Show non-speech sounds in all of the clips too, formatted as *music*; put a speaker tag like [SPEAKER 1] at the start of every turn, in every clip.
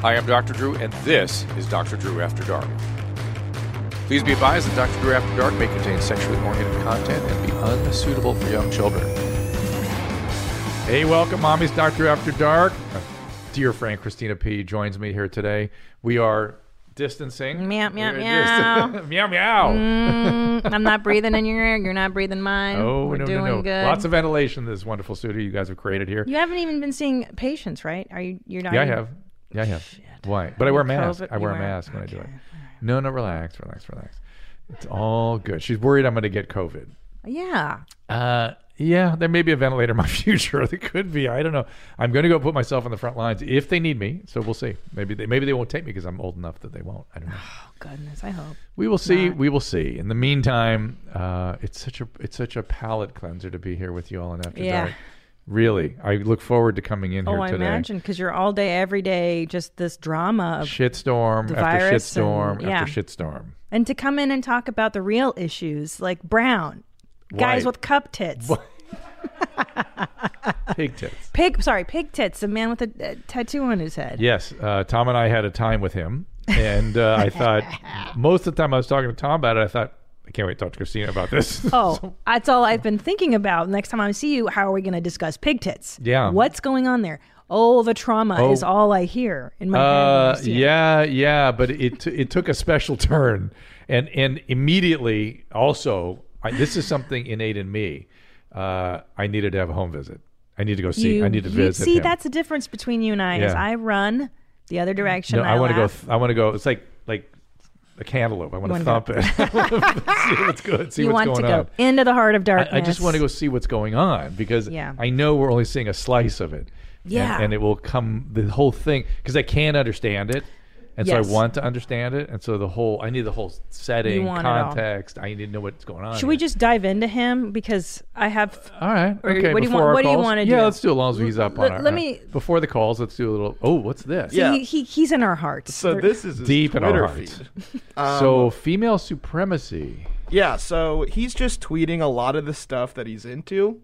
[SPEAKER 1] Hi, I'm Dr. Drew, and this is Dr. Drew After Dark. Please be advised that Dr. Drew After Dark may contain sexually oriented content and be unsuitable for young children. Hey, welcome, mommies. Dr. Drew After Dark. Dear friend Christina P. joins me here today. We are distancing.
[SPEAKER 2] Meow, meow,
[SPEAKER 1] We're
[SPEAKER 2] meow. Mm,
[SPEAKER 1] distan- *laughs* meow, meow.
[SPEAKER 2] I'm not breathing in your air. You're not breathing mine.
[SPEAKER 1] Oh,
[SPEAKER 2] We're
[SPEAKER 1] no,
[SPEAKER 2] doing
[SPEAKER 1] no, no.
[SPEAKER 2] good.
[SPEAKER 1] Lots of ventilation in this wonderful studio you guys have created here.
[SPEAKER 2] you haven't even been seeing patients, right? Are you? You're not.
[SPEAKER 1] Yeah, I
[SPEAKER 2] even-
[SPEAKER 1] have. Yeah, I have. Why? But I wear a mask.
[SPEAKER 2] COVID-
[SPEAKER 1] I wear
[SPEAKER 2] you
[SPEAKER 1] a
[SPEAKER 2] wear-
[SPEAKER 1] mask when I do it. No, no, relax, relax, relax. It's all good. She's worried I'm going to get COVID.
[SPEAKER 2] Yeah.
[SPEAKER 1] Uh, yeah, there may be a ventilator in my *laughs* future. There could be. I don't know. I'm going to go put myself on the front lines if they need me. So we'll see. Maybe they maybe they won't take me because I'm old enough that they won't. I don't know.
[SPEAKER 2] Oh goodness. I hope.
[SPEAKER 1] We will see. We will see. In the meantime, uh, it's such a it's such a palate cleanser to be here with you all and after
[SPEAKER 2] Yeah.
[SPEAKER 1] dark. Really, I look forward to coming in
[SPEAKER 2] Oh,
[SPEAKER 1] here
[SPEAKER 2] I
[SPEAKER 1] today.
[SPEAKER 2] imagine because you're all day, every day, just this drama of,
[SPEAKER 1] Shitstorm
[SPEAKER 2] The
[SPEAKER 1] after
[SPEAKER 2] virus and-
[SPEAKER 1] shitstorm
[SPEAKER 2] yeah.
[SPEAKER 1] after shitstorm.
[SPEAKER 2] and to come in and talk about the real issues like Brown, guys
[SPEAKER 1] White.
[SPEAKER 2] with cup tits,
[SPEAKER 1] Pig
[SPEAKER 2] *laughs*
[SPEAKER 1] tits.
[SPEAKER 2] pig. Sorry, pig tits. A man with a, uh tattoo on his head.
[SPEAKER 1] Yes, uh, Tom and I had a time with him, and uh, I
[SPEAKER 2] *laughs*
[SPEAKER 1] thought most of the time I was talking to Tom about it. I thought I can't wait to talk to Christina about *laughs* this.
[SPEAKER 2] *laughs* Oh, that's all I've been thinking about. Next time I see you, how are we going to discuss pig tits?
[SPEAKER 1] Yeah.
[SPEAKER 2] What's going on there? Oh, the trauma is all I hear in my head. when
[SPEAKER 1] Uh,
[SPEAKER 2] I see it.
[SPEAKER 1] yeah, yeah, but it t- it took a special turn, and and immediately also I, this is something innate in me. Uh, I needed to have a home visit. I need to go Oh, see.
[SPEAKER 2] You,
[SPEAKER 1] I need to
[SPEAKER 2] you-
[SPEAKER 1] visit.
[SPEAKER 2] See,
[SPEAKER 1] him.
[SPEAKER 2] that's the difference between you and I. Is
[SPEAKER 1] Yeah.
[SPEAKER 2] I run the other direction.
[SPEAKER 1] no. I want to go.
[SPEAKER 2] laugh.
[SPEAKER 1] Th- I want to go. It's like like a cantaloupe. I want to
[SPEAKER 2] wanna
[SPEAKER 1] thump it. I wanna *laughs* see what's good. See
[SPEAKER 2] you
[SPEAKER 1] what's
[SPEAKER 2] want to
[SPEAKER 1] going
[SPEAKER 2] go
[SPEAKER 1] on.
[SPEAKER 2] into the heart of darkness.
[SPEAKER 1] I, I just want to go see what's going on because
[SPEAKER 2] Yeah.
[SPEAKER 1] I know we're only seeing a slice of it. And-
[SPEAKER 2] Yeah.
[SPEAKER 1] And, it will come the whole thing because I can't understand it. And
[SPEAKER 2] Yes.
[SPEAKER 1] so I want to understand it. And so the whole, I need the whole setting,
[SPEAKER 2] want it all.
[SPEAKER 1] context. I need to know what's going on.
[SPEAKER 2] Should we
[SPEAKER 1] here.
[SPEAKER 2] just dive into him because I have?
[SPEAKER 1] All right.
[SPEAKER 2] or
[SPEAKER 1] Okay.
[SPEAKER 2] what do
[SPEAKER 1] before
[SPEAKER 2] you want-
[SPEAKER 1] our
[SPEAKER 2] what do you
[SPEAKER 1] calls?
[SPEAKER 2] wanna
[SPEAKER 1] Yeah,
[SPEAKER 2] do?
[SPEAKER 1] let's do it as long as he's up on
[SPEAKER 2] let-
[SPEAKER 1] our.
[SPEAKER 2] let
[SPEAKER 1] uh,
[SPEAKER 2] me-
[SPEAKER 1] before the calls, let's do a little. Oh, what's this?
[SPEAKER 3] Yeah.
[SPEAKER 2] He, he he's in our hearts.
[SPEAKER 3] So
[SPEAKER 2] There-
[SPEAKER 3] this is his
[SPEAKER 1] Deep in
[SPEAKER 3] Twitter
[SPEAKER 1] our hearts.
[SPEAKER 3] feed.
[SPEAKER 2] *laughs* Um,
[SPEAKER 1] so female supremacy.
[SPEAKER 3] Yeah, so he's just tweeting a lot of the stuff that he's into,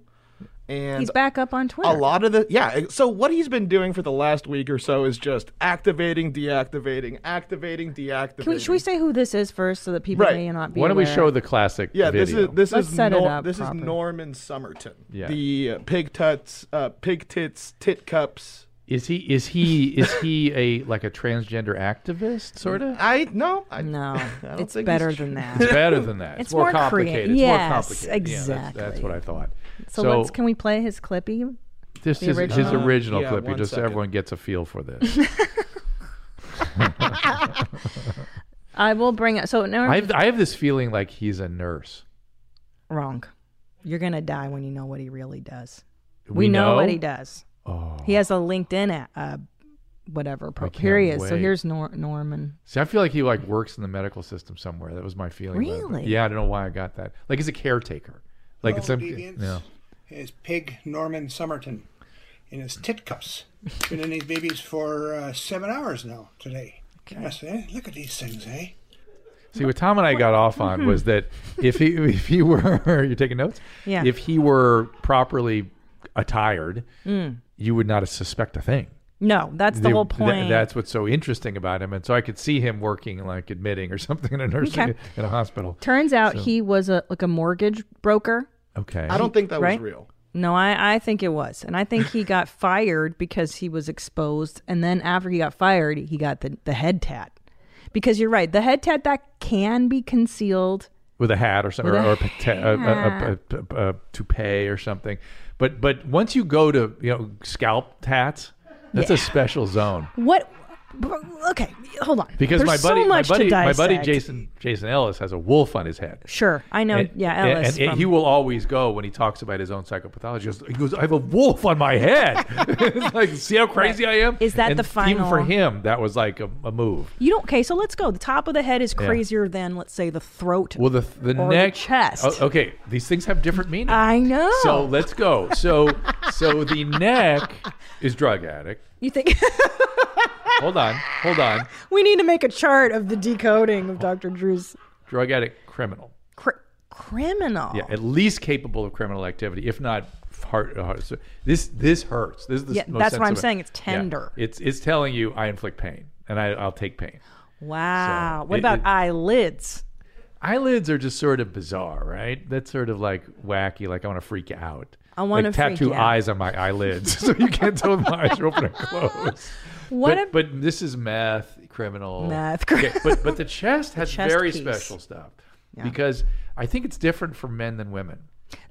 [SPEAKER 3] and
[SPEAKER 2] he's back up on Twitter.
[SPEAKER 3] a lot of the yeah. eh, So what he's been doing for the last week or so is just activating, deactivating, activating, deactivating.
[SPEAKER 2] Can we, should we say who this is first so that people
[SPEAKER 3] Right.
[SPEAKER 2] may not be?
[SPEAKER 1] Why don't we
[SPEAKER 2] aware?
[SPEAKER 1] show the classic?
[SPEAKER 3] yeah,
[SPEAKER 1] video?
[SPEAKER 3] this is this
[SPEAKER 2] Let's
[SPEAKER 3] is
[SPEAKER 2] set it
[SPEAKER 3] Nor-
[SPEAKER 2] up
[SPEAKER 3] this
[SPEAKER 2] properly.
[SPEAKER 3] is Norman Summerton,
[SPEAKER 1] Yeah.
[SPEAKER 3] the uh, pig tuts, uh, pig tits, tit cups.
[SPEAKER 1] Is he is he is he a like a transgender activist sort of?
[SPEAKER 3] I no, *laughs* I,
[SPEAKER 2] No,
[SPEAKER 3] don't
[SPEAKER 2] it's
[SPEAKER 3] think he's
[SPEAKER 2] better
[SPEAKER 3] tr-
[SPEAKER 2] than that.
[SPEAKER 1] It's better than that. It's,
[SPEAKER 2] It's
[SPEAKER 1] more,
[SPEAKER 2] more
[SPEAKER 1] complicated.
[SPEAKER 2] creative.
[SPEAKER 1] It's more
[SPEAKER 2] Yes,
[SPEAKER 1] complicated. Yeah, that's- that's,
[SPEAKER 2] exactly.
[SPEAKER 1] what I thought.
[SPEAKER 2] So, let's can we play his clippy?
[SPEAKER 1] this
[SPEAKER 2] the
[SPEAKER 1] is his
[SPEAKER 2] original-
[SPEAKER 1] original
[SPEAKER 3] Uh-huh. Yeah,
[SPEAKER 1] clip. You
[SPEAKER 3] one
[SPEAKER 1] just so
[SPEAKER 3] second.
[SPEAKER 1] everyone gets a feel for
[SPEAKER 2] *laughs*
[SPEAKER 1] this.
[SPEAKER 2] I will bring it. So no,
[SPEAKER 1] I have, I have this feeling like he's a nurse.
[SPEAKER 2] wrong. You're gonna die when you know what he really does.
[SPEAKER 1] We,
[SPEAKER 2] We, know?
[SPEAKER 1] know
[SPEAKER 2] what he does.
[SPEAKER 1] Oh.
[SPEAKER 2] He has a LinkedIn at, uh, whatever. Pro-
[SPEAKER 1] can't
[SPEAKER 2] here he is. So
[SPEAKER 1] wait.
[SPEAKER 2] here's Nor- Norman.
[SPEAKER 1] See, I feel like he like works in the medical system somewhere. That was my feeling. about it.
[SPEAKER 2] Really?
[SPEAKER 1] Yeah, I don't know why I got that. Like he's a caretaker. Like
[SPEAKER 3] Oh,
[SPEAKER 1] it's some.
[SPEAKER 4] deviants
[SPEAKER 1] Yeah.
[SPEAKER 4] is pig Norman Summerton in his tit
[SPEAKER 1] *laughs*
[SPEAKER 4] cups. Been in these babies for uh, seven hours now today. Yes, eh? Look at these things, eh?
[SPEAKER 1] See, what Tom and I got off on was that if he *laughs* if he were *laughs* you're taking notes,
[SPEAKER 2] Mm-hmm. Yeah.
[SPEAKER 1] If he were properly attired, you would not suspect a thing.
[SPEAKER 2] Mm. No, that's the,
[SPEAKER 1] They-
[SPEAKER 2] whole
[SPEAKER 1] tha-
[SPEAKER 2] point.
[SPEAKER 1] that's what's so interesting about him. And so I could see him working, like admitting or *laughs* something in a nursing
[SPEAKER 2] Okay.
[SPEAKER 1] in a hospital.
[SPEAKER 2] Turns out he was a like a mortgage broker.
[SPEAKER 1] Okay.
[SPEAKER 3] I don't think that
[SPEAKER 2] Right?
[SPEAKER 3] was real.
[SPEAKER 2] No, I, I think it was. And I think he got *laughs* fired because he was exposed. And then after he got fired, he got the, the head tat. Because you're right, the head tat that can be concealed.
[SPEAKER 1] with a hat or something, or,
[SPEAKER 2] With a
[SPEAKER 1] or a, pate- a- a- a- a- a- a toupee or something. But but once you go to you know scalp tats, that's a special zone.
[SPEAKER 2] What? Okay, hold on.
[SPEAKER 1] Because
[SPEAKER 2] There's
[SPEAKER 1] my buddy,
[SPEAKER 2] so much
[SPEAKER 1] my buddy,
[SPEAKER 2] to
[SPEAKER 1] my buddy
[SPEAKER 2] dissect.
[SPEAKER 1] Jason Jason Ellis has a wolf on his head.
[SPEAKER 2] Sure, I know.
[SPEAKER 1] And-
[SPEAKER 2] yeah,
[SPEAKER 1] and-
[SPEAKER 2] Ellis.
[SPEAKER 1] And,
[SPEAKER 2] from-
[SPEAKER 1] he will always go when he talks about his own psychopathology. He goes, he goes, I have a wolf on my head. *laughs* It's like, see how crazy I am?
[SPEAKER 2] Is that
[SPEAKER 1] And
[SPEAKER 2] the
[SPEAKER 1] Even for
[SPEAKER 2] final-
[SPEAKER 1] him, that was like a, a move.
[SPEAKER 2] you don't. Okay, so let's go. The top of the head is crazier than let's say the throat.
[SPEAKER 1] Well, the the
[SPEAKER 2] Or the
[SPEAKER 1] neck,
[SPEAKER 2] chest.
[SPEAKER 1] O- okay, these things have different meanings.
[SPEAKER 2] I know.
[SPEAKER 1] So let's go. So so the neck is drug addict.
[SPEAKER 2] you think *laughs*
[SPEAKER 1] Hold on, hold on.
[SPEAKER 2] we need to make a chart of the decoding of Dr. Drew's
[SPEAKER 1] Drug addict, criminal.
[SPEAKER 2] cr- criminal?
[SPEAKER 1] Yeah, at least capable of criminal activity, if not heart. Uh, so this this hurts. This is the
[SPEAKER 2] Yeah,
[SPEAKER 1] most
[SPEAKER 2] that's what I'm
[SPEAKER 1] sensitive-
[SPEAKER 2] saying. It's
[SPEAKER 1] Yeah.
[SPEAKER 2] tender.
[SPEAKER 1] It's it's telling you I inflict pain. and I, I'll take pain.
[SPEAKER 2] Wow.
[SPEAKER 1] So,
[SPEAKER 2] what
[SPEAKER 1] it-
[SPEAKER 2] about
[SPEAKER 1] it-
[SPEAKER 2] eyelids?
[SPEAKER 1] Eyelids are just sort of bizarre, right? That's sort of like wacky. Like I want to freak you out.
[SPEAKER 2] I wanna
[SPEAKER 1] like,
[SPEAKER 2] freak
[SPEAKER 1] tattoo
[SPEAKER 2] you out.
[SPEAKER 1] eyes on my eyelids, *laughs* so you can't tell if my eyes are open or closed.
[SPEAKER 2] *laughs* What
[SPEAKER 1] but,
[SPEAKER 2] ab-
[SPEAKER 1] but this is math criminal.
[SPEAKER 2] Math
[SPEAKER 1] Okay,
[SPEAKER 2] cri-
[SPEAKER 1] but
[SPEAKER 2] *laughs*
[SPEAKER 1] but the chest has
[SPEAKER 2] chest
[SPEAKER 1] very
[SPEAKER 2] piece.
[SPEAKER 1] special stuff because I think it's different for men than women.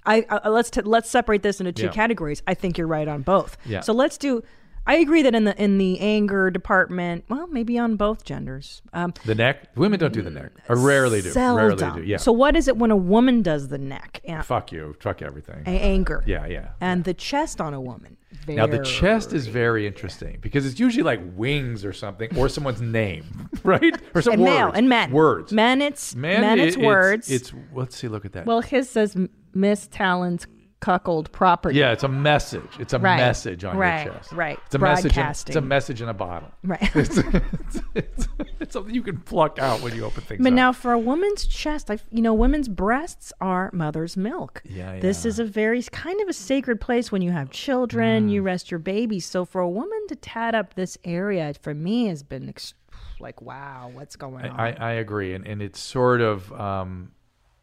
[SPEAKER 2] I, I let's t- let's separate this into two
[SPEAKER 1] Yeah.
[SPEAKER 2] categories. I think you're right on both.
[SPEAKER 1] Yeah.
[SPEAKER 2] So let's do. I agree that in the in the anger department, well, maybe on both genders. Um,
[SPEAKER 1] The neck, women don't do the neck. Or rarely do.
[SPEAKER 2] seldom.
[SPEAKER 1] Rarely do. Yeah.
[SPEAKER 2] So what is it when a woman does the neck? And,
[SPEAKER 1] fuck you, fuck everything.
[SPEAKER 2] a- anger.
[SPEAKER 1] yeah, yeah.
[SPEAKER 2] And the chest on a woman.
[SPEAKER 1] Now the chest *laughs* is very interesting because it's usually like wings or something or someone's
[SPEAKER 2] *laughs*
[SPEAKER 1] name, right? Or some
[SPEAKER 2] and
[SPEAKER 1] words.
[SPEAKER 2] male and men.
[SPEAKER 1] Words.
[SPEAKER 2] Men. It's
[SPEAKER 1] Men,
[SPEAKER 2] men.
[SPEAKER 1] it-
[SPEAKER 2] it's, words.
[SPEAKER 1] It's, let's see. Look at that.
[SPEAKER 2] well, his says Miss Talon's cuckold property.
[SPEAKER 1] yeah, it's a message. It's a
[SPEAKER 2] Right,
[SPEAKER 1] message on
[SPEAKER 2] right,
[SPEAKER 1] your chest.
[SPEAKER 2] right.
[SPEAKER 1] It's a message. In, it's
[SPEAKER 2] Broadcasting.
[SPEAKER 1] a message in a bottle.
[SPEAKER 2] Right.
[SPEAKER 1] *laughs* It's, it's, it's, it's something you can pluck out when you open things. up.
[SPEAKER 2] But now for a woman's chest, I you know women's breasts are mother's milk.
[SPEAKER 1] Yeah,
[SPEAKER 2] This
[SPEAKER 1] yeah.
[SPEAKER 2] is a very kind of a sacred place when you have children,
[SPEAKER 1] Mm.
[SPEAKER 2] you rest your babies. So for a woman to tat up this area for me has been ex- like wow, what's going on?
[SPEAKER 1] I, I I agree, and and it's sort of um,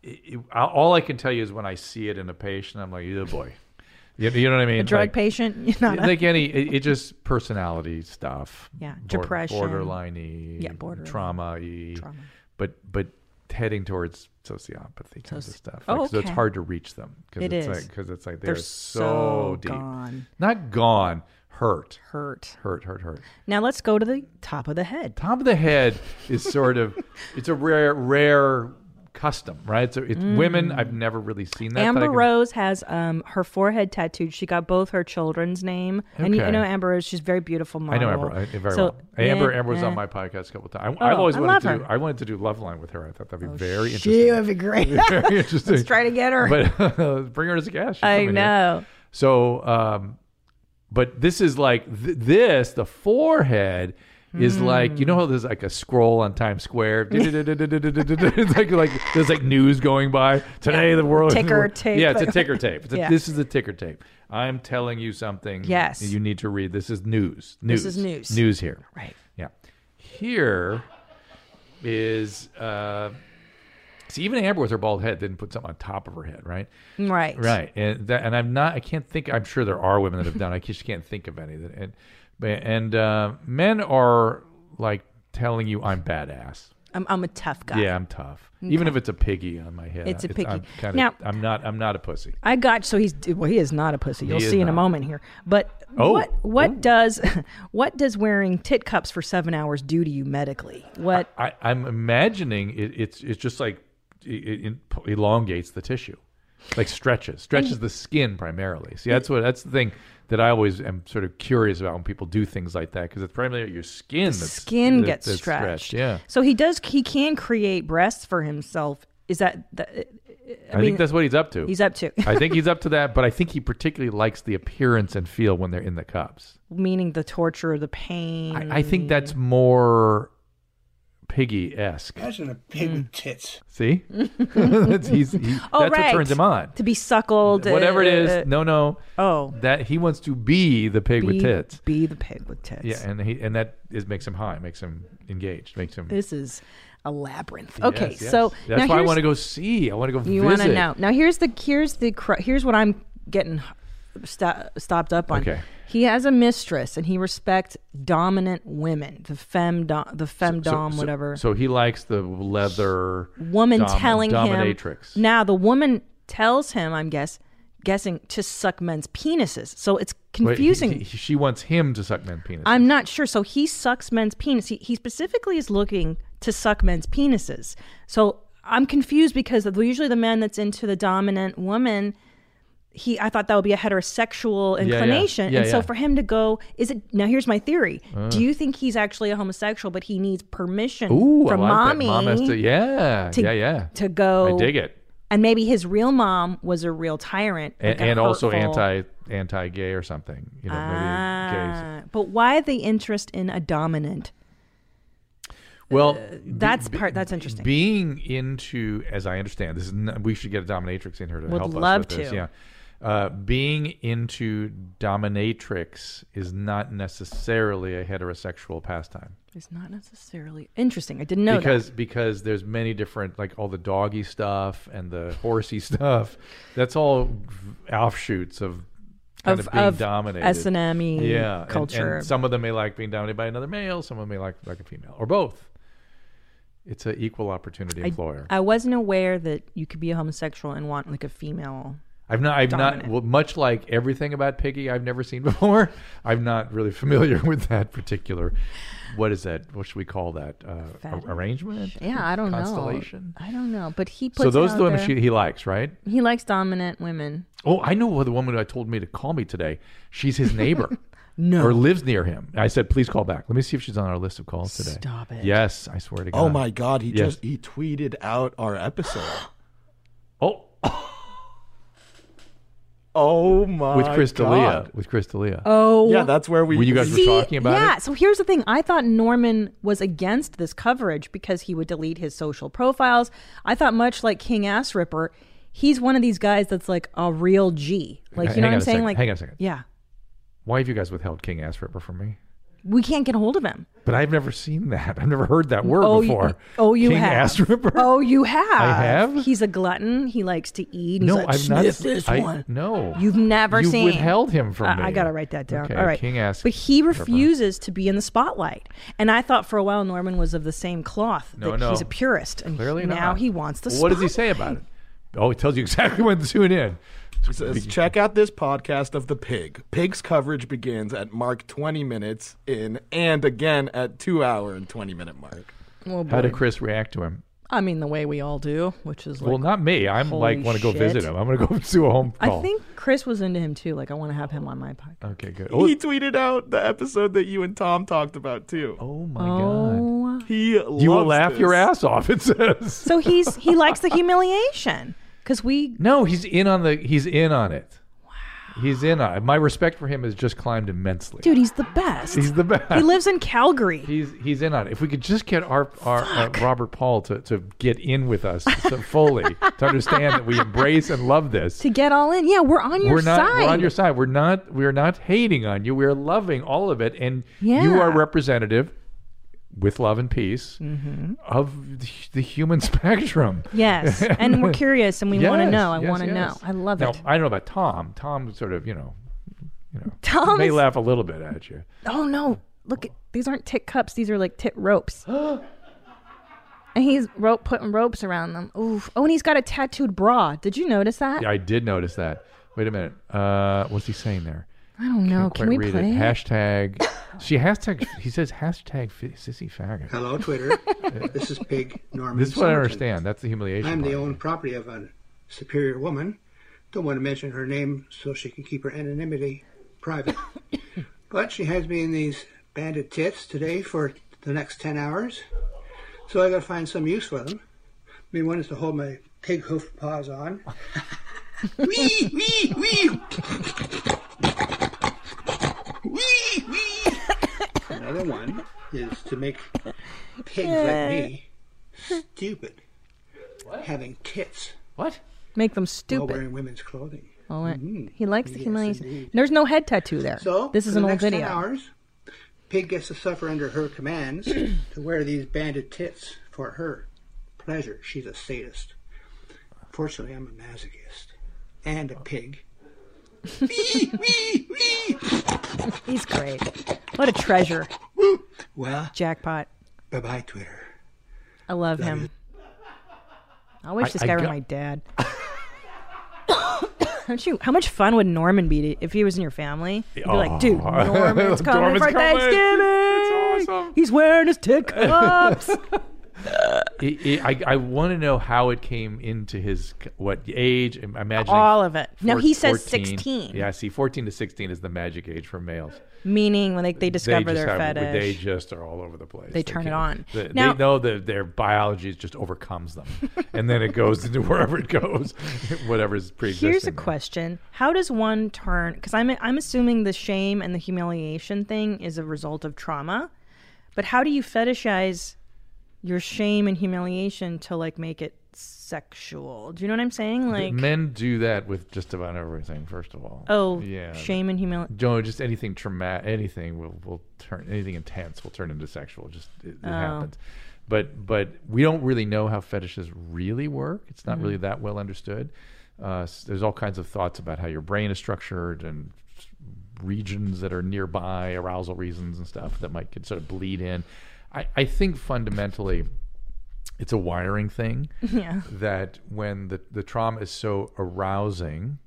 [SPEAKER 1] it, it, I- all I can tell you is when I see it in a patient, I'm like, oh boy, you, you know what I mean?
[SPEAKER 2] a drug
[SPEAKER 1] Like-
[SPEAKER 2] patient, *laughs* you're not a-
[SPEAKER 1] like any, it, it just personality stuff.
[SPEAKER 2] Yeah,
[SPEAKER 1] Bor-
[SPEAKER 2] depression.
[SPEAKER 1] borderline,
[SPEAKER 2] Yeah, borderline.
[SPEAKER 1] trauma,
[SPEAKER 2] Trauma.
[SPEAKER 1] but but heading towards sociopathy kinds of stuff.
[SPEAKER 2] Oh,
[SPEAKER 1] Like, So it's
[SPEAKER 2] okay.
[SPEAKER 1] hard to reach them because
[SPEAKER 2] It
[SPEAKER 1] it's
[SPEAKER 2] is.
[SPEAKER 1] like because it's like they're,
[SPEAKER 2] They're
[SPEAKER 1] so,
[SPEAKER 2] so
[SPEAKER 1] deep,
[SPEAKER 2] gone.
[SPEAKER 1] not gone, hurt,
[SPEAKER 2] hurt.
[SPEAKER 1] hurt, hurt, hurt.
[SPEAKER 2] Now let's go to the top of the head.
[SPEAKER 1] Top of the head is sort
[SPEAKER 2] *laughs*
[SPEAKER 1] of it's a rare rare custom, right? So it's women. I've never really seen that.
[SPEAKER 2] Mm. Amber
[SPEAKER 1] but I can-
[SPEAKER 2] Rose has um, her forehead tattooed. She got both her children's name, and you, I
[SPEAKER 1] Okay.
[SPEAKER 2] know Amber Rose. She's a very beautiful
[SPEAKER 1] I
[SPEAKER 2] model.
[SPEAKER 1] know Amber I- very
[SPEAKER 2] So-
[SPEAKER 1] well. Amber
[SPEAKER 2] Eh,
[SPEAKER 1] Amber was
[SPEAKER 2] eh.
[SPEAKER 1] on my podcast a couple times. I, have
[SPEAKER 2] Oh,
[SPEAKER 1] always
[SPEAKER 2] I
[SPEAKER 1] wanted
[SPEAKER 2] love
[SPEAKER 1] to. Do,
[SPEAKER 2] her. Oh,
[SPEAKER 1] I wanted to do Love Line with her. I thought that'd be very
[SPEAKER 2] She
[SPEAKER 1] interesting.
[SPEAKER 2] would be great.
[SPEAKER 1] *laughs*
[SPEAKER 2] *laughs*
[SPEAKER 1] very interesting.
[SPEAKER 2] Try to get her.
[SPEAKER 1] But *laughs* bring her as a guest. She's
[SPEAKER 2] I
[SPEAKER 1] coming here.
[SPEAKER 2] know.
[SPEAKER 1] So, um, but this is like th- this. The forehead is
[SPEAKER 2] Hmm.
[SPEAKER 1] like you know how there's like a scroll on Times
[SPEAKER 2] *laughs*
[SPEAKER 1] Square. it's like like there's like news going by today. The world
[SPEAKER 2] Ticker
[SPEAKER 1] *laughs*
[SPEAKER 2] tape.
[SPEAKER 1] Yeah, it's a ticker tape. It's a-
[SPEAKER 2] *laughs* Yeah.
[SPEAKER 1] This is a ticker tape. I'm telling you something.
[SPEAKER 2] Yes.
[SPEAKER 1] you need to read. This is news. News
[SPEAKER 2] This is news.
[SPEAKER 1] News here.
[SPEAKER 2] Right.
[SPEAKER 1] Yeah. Here is uh see even Amber with her bald head didn't put something on top of her head, right?
[SPEAKER 2] Right.
[SPEAKER 1] Right. And that and I'm not I can't think I'm sure there are women that have done. it. I just can't think of any that and but- and uh men are like telling you I'm badass.
[SPEAKER 2] I'm, I'm a tough guy.
[SPEAKER 1] Yeah, I'm tough. Even if it's a piggy on my head.
[SPEAKER 2] It's a piggy.
[SPEAKER 1] I'm kind of
[SPEAKER 2] Now-
[SPEAKER 1] I'm not I'm not a pussy.
[SPEAKER 2] I got so he's well he is not a pussy. You'll
[SPEAKER 1] is
[SPEAKER 2] see in a
[SPEAKER 1] not.
[SPEAKER 2] moment here. But
[SPEAKER 1] Oh.
[SPEAKER 2] what what
[SPEAKER 1] Ooh.
[SPEAKER 2] does *laughs* what does wearing tit cups for seven hours do to you medically? What
[SPEAKER 1] I, I'm imagining it, it's it's just like it, it in- elongates the tissue, like stretches stretches the skin primarily. See, that's what that's the thing that I always am sort of curious about when people do things like that because it's primarily your skin that's,
[SPEAKER 2] skin
[SPEAKER 1] that-
[SPEAKER 2] gets
[SPEAKER 1] that's
[SPEAKER 2] stretched.
[SPEAKER 1] Yeah,
[SPEAKER 2] So he does he can create breasts for himself. Is that the, uh,
[SPEAKER 1] I, think that's what he's up to.
[SPEAKER 2] he's up to
[SPEAKER 1] *laughs* I think he's up to that, but I think he particularly likes the appearance and feel when they're in the cups.
[SPEAKER 2] *laughs* meaning the torture, the pain.
[SPEAKER 1] I, I think
[SPEAKER 2] Mm.
[SPEAKER 1] that's more piggy esque.
[SPEAKER 4] Imagine a pig with tits.
[SPEAKER 2] *laughs*
[SPEAKER 1] See, *laughs* that's, he's, he,
[SPEAKER 2] Mm. Oh,
[SPEAKER 1] that's
[SPEAKER 2] right.
[SPEAKER 1] what turns him on.
[SPEAKER 2] to be suckled. uh,
[SPEAKER 1] Whatever it is,
[SPEAKER 2] uh,
[SPEAKER 1] no, no,
[SPEAKER 2] oh,
[SPEAKER 1] that he wants to be the pig with
[SPEAKER 2] be,
[SPEAKER 1] tits.
[SPEAKER 2] Be the pig with tits.
[SPEAKER 1] Yeah, and he and that is makes him high, makes him engaged, makes him.
[SPEAKER 2] This is a labyrinth. Uh, Okay,
[SPEAKER 1] Yes, yes.
[SPEAKER 2] so
[SPEAKER 1] that's
[SPEAKER 2] now
[SPEAKER 1] why I
[SPEAKER 2] here's-
[SPEAKER 1] want to go see. I want to go.
[SPEAKER 2] You
[SPEAKER 1] want to
[SPEAKER 2] know. Now here's the here's the cru- here's what I'm getting sto- stopped up on.
[SPEAKER 1] Okay.
[SPEAKER 2] He has a mistress, and he respects dominant women, the fem dom, the femdom, whatever
[SPEAKER 1] So he likes the leather
[SPEAKER 2] woman
[SPEAKER 1] dom-
[SPEAKER 2] telling
[SPEAKER 1] dominatrix.
[SPEAKER 2] him. Now the woman tells him, I'm guess guessing to suck men's penises. So it's
[SPEAKER 1] Wait, he-
[SPEAKER 2] confusing.
[SPEAKER 1] he- she wants him to suck men penis.
[SPEAKER 2] I'm not sure. So he sucks men's penis. He, he specifically is looking to suck men's penises. So I'm confused because of- usually the man that's into the dominant woman, he I thought that would be a heterosexual
[SPEAKER 1] yeah.
[SPEAKER 2] inclination.
[SPEAKER 1] Yeah,
[SPEAKER 2] and so
[SPEAKER 1] yeah. Uh.
[SPEAKER 2] for him to go, is it now? Here's my theory. Do you think he's actually a homosexual, but he needs permission
[SPEAKER 1] Ooh, I
[SPEAKER 2] from
[SPEAKER 1] like
[SPEAKER 2] mommy
[SPEAKER 1] That. Mom has to. Yeah,
[SPEAKER 2] to-
[SPEAKER 1] yeah, yeah.
[SPEAKER 2] to go?
[SPEAKER 1] I dig it,
[SPEAKER 2] And maybe his real mom was a real tyrant
[SPEAKER 1] and,
[SPEAKER 2] like a
[SPEAKER 1] and also
[SPEAKER 2] hurtful-
[SPEAKER 1] anti anti gay or something. You know, maybe gays.
[SPEAKER 2] Ah, but why the interest in a dominant?
[SPEAKER 1] Well,
[SPEAKER 2] Uh, that's part- that's interesting.
[SPEAKER 1] Being into, as I understand, this is n we should get a dominatrix in here to
[SPEAKER 2] Would
[SPEAKER 1] help
[SPEAKER 2] love
[SPEAKER 1] us with this.
[SPEAKER 2] to.
[SPEAKER 1] Yeah, uh, being into dominatrix is not necessarily a heterosexual pastime
[SPEAKER 2] It's not necessarily interesting. I didn't know
[SPEAKER 1] because because there's many different like all the doggy stuff and the horsey *laughs* stuff. That's all offshoots of
[SPEAKER 2] that.
[SPEAKER 1] kind of, being dominated.
[SPEAKER 2] S&M -y
[SPEAKER 1] yeah, and-
[SPEAKER 2] culture.
[SPEAKER 1] And, some of them may like being dominated by another male. Some of them may like like a female or both. It's an equal opportunity employer.
[SPEAKER 2] I wasn't aware that you could be a homosexual and want like a female.
[SPEAKER 1] I've not, I've
[SPEAKER 2] Dominant.
[SPEAKER 1] not, well, much like everything about Piggy I've never seen *laughs* before, I'm not really familiar *laughs* with that particular, what is that? What should we call that? Uh,
[SPEAKER 2] Fetish?
[SPEAKER 1] arrangement?
[SPEAKER 2] Yeah, I don't
[SPEAKER 1] Constellation?
[SPEAKER 2] know. I don't know, but he puts
[SPEAKER 1] So those are
[SPEAKER 2] it out
[SPEAKER 1] the ones
[SPEAKER 2] there.
[SPEAKER 1] she, he likes, right?
[SPEAKER 2] he likes dominant women.
[SPEAKER 1] Oh, I know the woman who I told me to call me today. She's his neighbor.
[SPEAKER 2] *laughs* No.
[SPEAKER 1] Or lives near him. I said, please call back. Let me see if she's on our list of calls today.
[SPEAKER 2] Stop it.
[SPEAKER 1] Yes, I swear to God.
[SPEAKER 3] Oh my God! He
[SPEAKER 1] Yes.
[SPEAKER 3] just he tweeted out our episode.
[SPEAKER 1] *gasps* Oh,
[SPEAKER 3] oh my!
[SPEAKER 1] with Chris D'Elia.
[SPEAKER 3] God.
[SPEAKER 1] With Chris D'Elia.
[SPEAKER 2] Oh,
[SPEAKER 3] Yeah, that's where we.
[SPEAKER 1] Were you guys-
[SPEAKER 2] See,
[SPEAKER 1] talking about
[SPEAKER 2] yeah.
[SPEAKER 1] it?
[SPEAKER 2] So here's the thing. I thought Norman was against this coverage because he would delete his social profiles. I thought much like King Ass Ripper, he's one of these guys that's like a real G. Like
[SPEAKER 1] H-
[SPEAKER 2] you
[SPEAKER 1] hang
[SPEAKER 2] know what
[SPEAKER 1] on
[SPEAKER 2] I'm
[SPEAKER 1] a
[SPEAKER 2] saying?
[SPEAKER 1] second,
[SPEAKER 2] Like
[SPEAKER 1] hang on a second.
[SPEAKER 2] Yeah.
[SPEAKER 1] Why have you guys withheld King Ass Ripper from me?
[SPEAKER 2] We can't get a hold of him.
[SPEAKER 1] But I've never seen that. I've never heard that word
[SPEAKER 2] oh,
[SPEAKER 1] before.
[SPEAKER 2] You, oh, you
[SPEAKER 1] King
[SPEAKER 2] have.
[SPEAKER 1] Ass Ripper? *laughs*
[SPEAKER 2] *laughs* Oh, you have.
[SPEAKER 1] I have?
[SPEAKER 2] He's a glutton. He likes to eat. He's
[SPEAKER 1] no,
[SPEAKER 2] like,
[SPEAKER 1] I've
[SPEAKER 2] sniff
[SPEAKER 1] not.
[SPEAKER 2] this
[SPEAKER 1] I-
[SPEAKER 2] one.
[SPEAKER 1] No.
[SPEAKER 2] You've never
[SPEAKER 1] You
[SPEAKER 2] seen.
[SPEAKER 1] withheld him from me.
[SPEAKER 2] I, I gotta write that down.
[SPEAKER 1] Okay,
[SPEAKER 2] All right,
[SPEAKER 1] King Ass
[SPEAKER 2] But he refuses to be in the spotlight, and I thought for a while Norman was of the same cloth.
[SPEAKER 1] No,
[SPEAKER 2] that
[SPEAKER 1] no.
[SPEAKER 2] He's a purist, and
[SPEAKER 1] Clearly
[SPEAKER 2] now
[SPEAKER 1] not.
[SPEAKER 2] he wants the.
[SPEAKER 1] Well, what does he say about it? Oh, he tells you exactly when to tune in.
[SPEAKER 3] He says, check out this podcast of the pig. Pig's coverage begins at mark twenty minutes in, and again at two hour and twenty minute mark.
[SPEAKER 2] spotlight. Oh,
[SPEAKER 1] How did
[SPEAKER 2] boy.
[SPEAKER 1] Chris react to him?
[SPEAKER 2] I mean, the way we all do, which is like.
[SPEAKER 1] Well, not me. I'm
[SPEAKER 2] holy
[SPEAKER 1] like want to go
[SPEAKER 2] shit.
[SPEAKER 1] visit him. I'm going to go *laughs* do a home call.
[SPEAKER 2] I think Chris was into him too. Like, I want to have him on my podcast.
[SPEAKER 1] Okay, good. Oh,
[SPEAKER 3] He tweeted out the episode that you and Tom talked about too.
[SPEAKER 1] oh my god!
[SPEAKER 2] Oh,
[SPEAKER 3] He
[SPEAKER 1] You will laugh your ass off. It says.
[SPEAKER 2] so he's he likes the humiliation because we
[SPEAKER 1] No, he's in on the. He's in on it. Wow. He's in on it. My respect for him has just climbed immensely.
[SPEAKER 2] Dude, he's the best.
[SPEAKER 1] *laughs* He's the best.
[SPEAKER 2] he lives in Calgary.
[SPEAKER 1] He's he's in on it. If we could just get our our uh, Robert Paul to, to get in with us so fully to understand that we embrace and love this.
[SPEAKER 2] to get all in. Yeah, we're on your
[SPEAKER 1] we're not
[SPEAKER 2] side.
[SPEAKER 1] we're on your side. We're not we are not hating on you. We are loving all of it, and you
[SPEAKER 2] Yeah.
[SPEAKER 1] are representative with love and peace of the, the human *laughs* spectrum.
[SPEAKER 2] Mm-hmm. yes, and we're curious, and we want to
[SPEAKER 1] Yes,
[SPEAKER 2] know. I
[SPEAKER 1] yes,
[SPEAKER 2] want to
[SPEAKER 1] yes.
[SPEAKER 2] know. I love
[SPEAKER 1] now,
[SPEAKER 2] it.
[SPEAKER 1] I don't know about Tom. Tom sort of you know you know
[SPEAKER 2] Tom
[SPEAKER 1] may
[SPEAKER 2] is-
[SPEAKER 1] laugh a little bit at you.
[SPEAKER 2] Oh no! Look, at, these aren't tit cups. These are like tit
[SPEAKER 1] *gasps*
[SPEAKER 2] ropes. and he's rope putting ropes around them. Oof. Oh, and he's got a tattooed bra. Did you notice that?
[SPEAKER 1] Yeah, I did notice that. Wait a minute. Uh, what's he saying there?
[SPEAKER 2] I don't know.
[SPEAKER 1] Can't
[SPEAKER 2] Can
[SPEAKER 1] quite
[SPEAKER 2] we
[SPEAKER 1] read
[SPEAKER 2] play
[SPEAKER 1] it.
[SPEAKER 2] it?
[SPEAKER 1] Hashtag. She hashtag. He says hashtag fi- sissy faggot.
[SPEAKER 4] Hello, Twitter.
[SPEAKER 1] *laughs*
[SPEAKER 4] this is Pig Norman.
[SPEAKER 1] This is what I
[SPEAKER 4] Summerton.
[SPEAKER 1] understand. That's the humiliation.
[SPEAKER 4] I'm the
[SPEAKER 1] part.
[SPEAKER 4] own property of a superior woman. Don't want to mention her name so she can keep her anonymity
[SPEAKER 1] *laughs*
[SPEAKER 4] private. but she has me in these banded tits today for the next 10 hours. So I got to find some use for them. I mean, one is to hold my pig hoof paws
[SPEAKER 2] *laughs*
[SPEAKER 4] on. wee, wee, wee. wee, wee. Another one is to make pigs like me
[SPEAKER 2] Uh.
[SPEAKER 4] stupid having tits
[SPEAKER 1] What?
[SPEAKER 2] Make them
[SPEAKER 4] while
[SPEAKER 2] stupid.
[SPEAKER 4] wearing women's clothing. Mm-hmm.
[SPEAKER 2] Oh, wait. He likes the
[SPEAKER 4] Yes,
[SPEAKER 2] humiliation.
[SPEAKER 4] indeed.
[SPEAKER 2] There's no head tattoo there.
[SPEAKER 4] So
[SPEAKER 2] this is
[SPEAKER 4] for
[SPEAKER 2] an
[SPEAKER 4] the
[SPEAKER 2] old
[SPEAKER 4] next
[SPEAKER 2] video.
[SPEAKER 4] 10 hours, Pig gets to suffer under her
[SPEAKER 2] *clears throat*
[SPEAKER 4] commands to wear these banded tits for her pleasure. She's a sadist. Fortunately, I'm a masochist and a
[SPEAKER 2] Oh. *laughs*
[SPEAKER 4] pig. Wee, wee, wee.
[SPEAKER 2] He's great. What a treasure.
[SPEAKER 4] Well,
[SPEAKER 2] Jackpot.
[SPEAKER 4] bye bye, Twitter.
[SPEAKER 2] I love him. I wish
[SPEAKER 1] I-
[SPEAKER 2] this
[SPEAKER 1] I
[SPEAKER 2] guy were
[SPEAKER 1] got-
[SPEAKER 2] my dad. *coughs* Don't you? How much fun would Norman be to, if he was in your family? You'd be like,
[SPEAKER 1] *laughs*
[SPEAKER 2] dude, Norman's coming
[SPEAKER 1] Oh. Norman's
[SPEAKER 2] for
[SPEAKER 1] coming.
[SPEAKER 2] Thanksgiving.
[SPEAKER 1] It's awesome.
[SPEAKER 2] He's wearing his
[SPEAKER 1] *laughs*
[SPEAKER 2] tit cups.
[SPEAKER 1] It- it- I, I want to know how it came into his c- what age. I'm imagining
[SPEAKER 2] All of it. No,
[SPEAKER 1] four-
[SPEAKER 2] he says
[SPEAKER 1] 14.
[SPEAKER 2] 16,
[SPEAKER 1] Yeah, see, 14 to 16 is the magic age for males.
[SPEAKER 2] meaning when they, they discover
[SPEAKER 1] they just
[SPEAKER 2] their
[SPEAKER 1] have-
[SPEAKER 2] fetish.
[SPEAKER 1] They just are all over the place.
[SPEAKER 2] They turn it
[SPEAKER 1] can't-
[SPEAKER 2] on.
[SPEAKER 1] They,
[SPEAKER 2] Now-
[SPEAKER 1] they know that their biology just overcomes
[SPEAKER 2] *laughs*
[SPEAKER 1] them, and then it goes into wherever it goes, *laughs* whatever's pre-existing.
[SPEAKER 2] Here's a
[SPEAKER 1] there.
[SPEAKER 2] question: How does one turn? Because I'm I'm assuming the shame and the humiliation thing is a result of trauma, but how do you fetishize your shame and humiliation to like make it sexual. Do you know what I'm saying? Like,
[SPEAKER 1] Men do that with just about everything. First of all,
[SPEAKER 2] oh,
[SPEAKER 1] yeah,
[SPEAKER 2] shame and humiliation.
[SPEAKER 1] Joe, just anything traumatic, anything will will turn anything intense will turn into sexual. Just it,
[SPEAKER 2] Oh.
[SPEAKER 1] it happens. But but we don't really know how fetishes really work. It's not
[SPEAKER 2] Mm-hmm.
[SPEAKER 1] really that well understood. Uh, s- there's all kinds of thoughts about how your brain is structured and regions that are nearby, arousal reasons and stuff that might could sort of bleed in. I, I think fundamentally, it's a wiring thing.
[SPEAKER 2] *laughs* Yeah.
[SPEAKER 1] That when the the trauma is so arousing,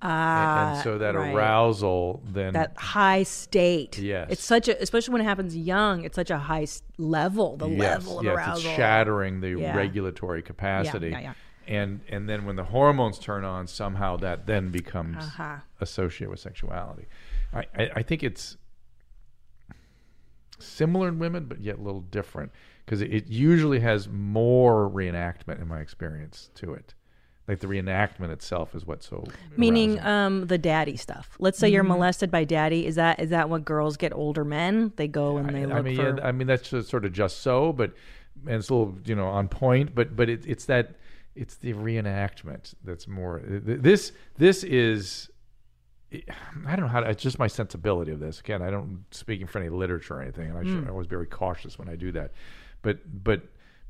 [SPEAKER 1] a- and, so that
[SPEAKER 2] Ah, Uh, right.
[SPEAKER 1] arousal then
[SPEAKER 2] That high state.
[SPEAKER 1] Yes.
[SPEAKER 2] It's such a, especially when it happens young, it's such a high s- level, the
[SPEAKER 1] yes,
[SPEAKER 2] level of
[SPEAKER 1] yes,
[SPEAKER 2] arousal.
[SPEAKER 1] it's shattering the
[SPEAKER 2] Yeah.
[SPEAKER 1] regulatory capacity.
[SPEAKER 2] yeah.
[SPEAKER 1] And and then when the hormones turn on, somehow that then becomes
[SPEAKER 2] Uh-huh.
[SPEAKER 1] associated with sexuality. I, I, I think it's similar in women, but yet a little different because it, it usually has more reenactment in my experience to it. Like the reenactment itself is what's so
[SPEAKER 2] Meaning
[SPEAKER 1] arousing.
[SPEAKER 2] um, the daddy stuff. Let's say
[SPEAKER 1] Mm-hmm.
[SPEAKER 2] you're molested by daddy. Is that is that what girls get older men? They go and they look
[SPEAKER 1] I mean,
[SPEAKER 2] for.
[SPEAKER 1] yeah, I mean that's just sort of just so, but and it's a little you know on point, but but it, it's that it's the reenactment that's more th- th- this this is I don't know how to, it's just my sensibility of this. Again, I don't speaking for any literature or anything, and I,
[SPEAKER 2] Hmm.
[SPEAKER 1] should, I always very cautious when I do that. But but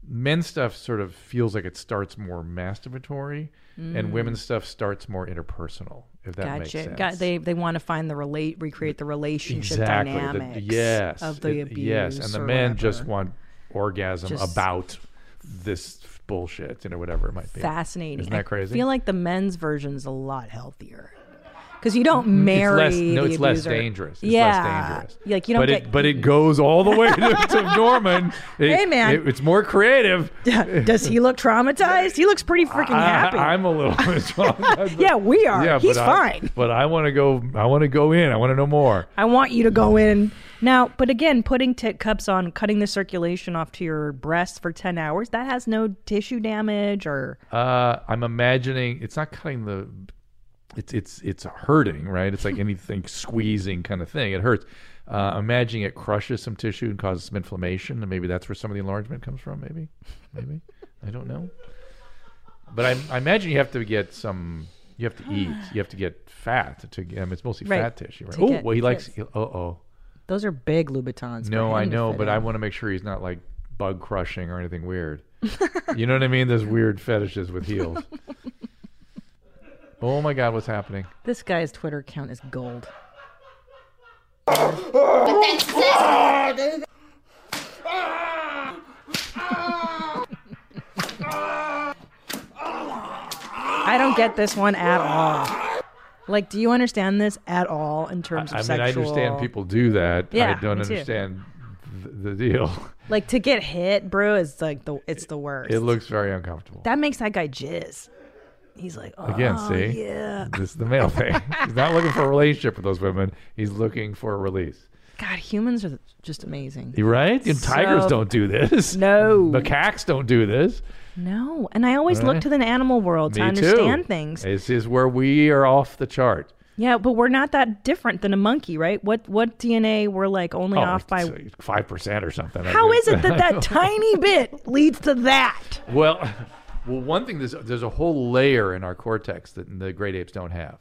[SPEAKER 1] men's stuff sort of feels like it starts more masturbatory, and women's stuff starts more interpersonal. If that makes
[SPEAKER 2] Hmm. Gotcha.
[SPEAKER 1] sense,
[SPEAKER 2] Got, they they want to find the relate, recreate the relationship
[SPEAKER 1] exactly. The-
[SPEAKER 2] dynamics
[SPEAKER 1] yes.
[SPEAKER 2] of the
[SPEAKER 1] it-
[SPEAKER 2] abuse.
[SPEAKER 1] Yes, and the
[SPEAKER 2] or
[SPEAKER 1] men just
[SPEAKER 2] whatever.
[SPEAKER 1] want orgasm
[SPEAKER 2] Just-
[SPEAKER 1] about this bullshit, you know, whatever it might be.
[SPEAKER 2] fascinating.
[SPEAKER 1] Isn't that crazy?
[SPEAKER 2] I feel like the men's version's a lot healthier because you don't
[SPEAKER 1] It's
[SPEAKER 2] marry.
[SPEAKER 1] less, no,
[SPEAKER 2] the
[SPEAKER 1] it's less
[SPEAKER 2] abuser.
[SPEAKER 1] dangerous. It's
[SPEAKER 2] yeah,
[SPEAKER 1] less dangerous.
[SPEAKER 2] like you don't
[SPEAKER 1] but
[SPEAKER 2] get.
[SPEAKER 1] it, but it goes all the way to,
[SPEAKER 2] *laughs*
[SPEAKER 1] to Norman. It-
[SPEAKER 2] Hey, man.
[SPEAKER 1] it- it's more
[SPEAKER 2] *laughs*
[SPEAKER 1] creative.
[SPEAKER 2] does he look traumatized? He looks pretty freaking happy.
[SPEAKER 1] I, am a little
[SPEAKER 2] *laughs*
[SPEAKER 1] bit traumatized.
[SPEAKER 2] yeah, we are.
[SPEAKER 1] Yeah,
[SPEAKER 2] He's
[SPEAKER 1] but I-
[SPEAKER 2] fine.
[SPEAKER 1] but I want to go. I want to go in. I want to know more.
[SPEAKER 2] I want you to go in now, but again, putting tit cups on, cutting the circulation off to your breast for ten hours, that has no tissue damage or
[SPEAKER 1] Uh, I'm imagining it's not cutting the. It's it's it's hurting, right? It's like anything *laughs* squeezing kind of thing. It hurts. Uh, I'm imagining it crushes some tissue and causes some inflammation, and maybe that's where some of the enlargement comes from. Maybe, maybe I don't know. But I, I imagine you have to get some. You have to
[SPEAKER 2] *sighs*
[SPEAKER 1] eat. You have to get fat to. I mean, it's mostly
[SPEAKER 2] Right,
[SPEAKER 1] fat tissue. Right?
[SPEAKER 2] to
[SPEAKER 1] Oh,
[SPEAKER 2] get
[SPEAKER 1] well, he likes.
[SPEAKER 2] fits.
[SPEAKER 1] Uh oh.
[SPEAKER 2] those are big Louboutins. for
[SPEAKER 1] No, I
[SPEAKER 2] him to
[SPEAKER 1] know,
[SPEAKER 2] fit
[SPEAKER 1] but
[SPEAKER 2] in.
[SPEAKER 1] I want to make sure he's not like bug crushing or anything
[SPEAKER 2] *laughs*
[SPEAKER 1] weird. you know what I mean? Those weird fetishes with heels. oh my God, what's happening?
[SPEAKER 2] this guy's Twitter account is gold. I don't get this one at all. Like, do you understand this at all in terms of
[SPEAKER 1] I mean,
[SPEAKER 2] sexual?
[SPEAKER 1] I understand people do that.
[SPEAKER 2] Yeah,
[SPEAKER 1] I don't
[SPEAKER 2] me too.
[SPEAKER 1] understand th- the deal. *laughs*
[SPEAKER 2] Like to get hit, bro, is like the it's the worst.
[SPEAKER 1] It looks very uncomfortable.
[SPEAKER 2] that makes that guy jizz. He's like, oh
[SPEAKER 1] Again, see?
[SPEAKER 2] yeah,
[SPEAKER 1] This is the male
[SPEAKER 2] *laughs*
[SPEAKER 1] thing. he's not looking for a relationship with those women. He's looking for a release.
[SPEAKER 2] God, humans are just amazing.
[SPEAKER 1] You Right? And tigers
[SPEAKER 2] So-
[SPEAKER 1] don't do this.
[SPEAKER 2] No.
[SPEAKER 1] Macaques don't do this.
[SPEAKER 2] No, and I always
[SPEAKER 1] Really?
[SPEAKER 2] look to the animal world to
[SPEAKER 1] Eh. Me
[SPEAKER 2] understand
[SPEAKER 1] too.
[SPEAKER 2] things.
[SPEAKER 1] This is where we are off the chart.
[SPEAKER 2] Yeah, but we're not that different than a monkey, right? What what DNA we're like only
[SPEAKER 1] Oh,
[SPEAKER 2] off by?
[SPEAKER 1] five percent or something.
[SPEAKER 2] How is it that
[SPEAKER 1] *laughs*
[SPEAKER 2] that tiny bit leads to that?
[SPEAKER 1] well, *laughs* well, one thing there's there's a whole layer in our cortex that the great apes don't have,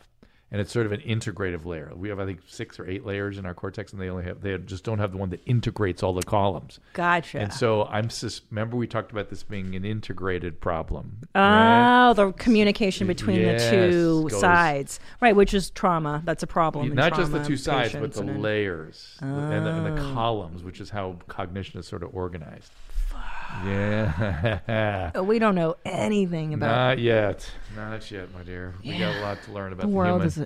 [SPEAKER 1] and it's sort of an integrative layer. We have I think six or eight layers in our cortex, and they only have they just don't have the one that integrates all the columns.
[SPEAKER 2] Gotcha.
[SPEAKER 1] And so I'm sus- remember we talked about this being an integrated problem. right?
[SPEAKER 2] Oh, the communication between
[SPEAKER 1] Yes,
[SPEAKER 2] the two
[SPEAKER 1] goes-
[SPEAKER 2] sides, right? Which is trauma. That's a problem. in
[SPEAKER 1] not just the
[SPEAKER 2] trauma
[SPEAKER 1] two sides, but
[SPEAKER 2] patients
[SPEAKER 1] the
[SPEAKER 2] and Oh. in-
[SPEAKER 1] layers and, the, and the columns, which is how cognition is sort of organized. Yeah.
[SPEAKER 2] But we don't know anything about
[SPEAKER 1] Not yet. Not yet, my dear. We got a lot to learn about
[SPEAKER 2] the
[SPEAKER 1] the,
[SPEAKER 2] world.
[SPEAKER 1] human.
[SPEAKER 2] Is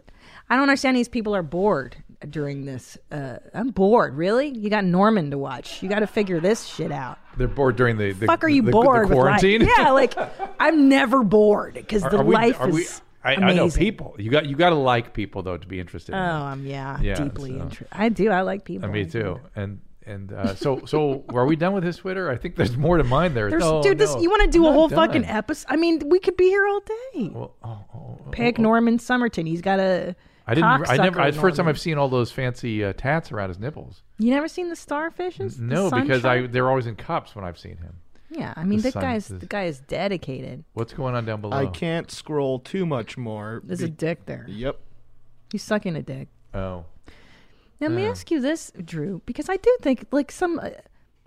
[SPEAKER 2] I don't understand. These people are bored during this. Uh, I'm bored. Really? You got Norman to watch. You got to figure this shit out.
[SPEAKER 1] They're bored during the, the
[SPEAKER 2] fuck are you
[SPEAKER 1] the- the
[SPEAKER 2] bored
[SPEAKER 1] quarantine.
[SPEAKER 2] with life?
[SPEAKER 1] *laughs*
[SPEAKER 2] Yeah, like I'm never bored because the
[SPEAKER 1] are we,
[SPEAKER 2] life
[SPEAKER 1] are
[SPEAKER 2] is
[SPEAKER 1] we, I,
[SPEAKER 2] amazing.
[SPEAKER 1] I know people. You got you got to like people though to be interested.
[SPEAKER 2] Oh,
[SPEAKER 1] in them.
[SPEAKER 2] um, yeah,
[SPEAKER 1] Yeah,
[SPEAKER 2] deeply
[SPEAKER 1] so-
[SPEAKER 2] interested. I do. I like people.
[SPEAKER 1] Uh, me too. And and uh, so so are we done with this Twitter? I think there's more to mine there.
[SPEAKER 2] There's,
[SPEAKER 1] No,
[SPEAKER 2] dude, this
[SPEAKER 1] Oh, no.
[SPEAKER 2] you want to do a
[SPEAKER 1] Not
[SPEAKER 2] whole
[SPEAKER 1] done.
[SPEAKER 2] fucking episode? I mean, we could be here all day.
[SPEAKER 1] Well, oh, oh, oh,
[SPEAKER 2] Pick Norman Summerton. He's got a.
[SPEAKER 1] I didn't. I
[SPEAKER 2] cocksucker
[SPEAKER 1] never. It's the first time
[SPEAKER 2] Norman.
[SPEAKER 1] I've seen all those fancy uh, tats around his nipples.
[SPEAKER 2] You never seen the starfishes?
[SPEAKER 1] No, because I they're always in cups when I've seen him.
[SPEAKER 2] Yeah, I mean,
[SPEAKER 1] The
[SPEAKER 2] the
[SPEAKER 1] sun
[SPEAKER 2] guy's
[SPEAKER 1] is-
[SPEAKER 2] the guy is dedicated.
[SPEAKER 1] What's going on down below?
[SPEAKER 3] I can't scroll too much more.
[SPEAKER 2] There's a
[SPEAKER 3] be-
[SPEAKER 2] dick there.
[SPEAKER 3] Yep.
[SPEAKER 2] He's sucking a dick.
[SPEAKER 1] Oh,
[SPEAKER 2] Now, let me ask you this, Drew, because I do think like some. uh, I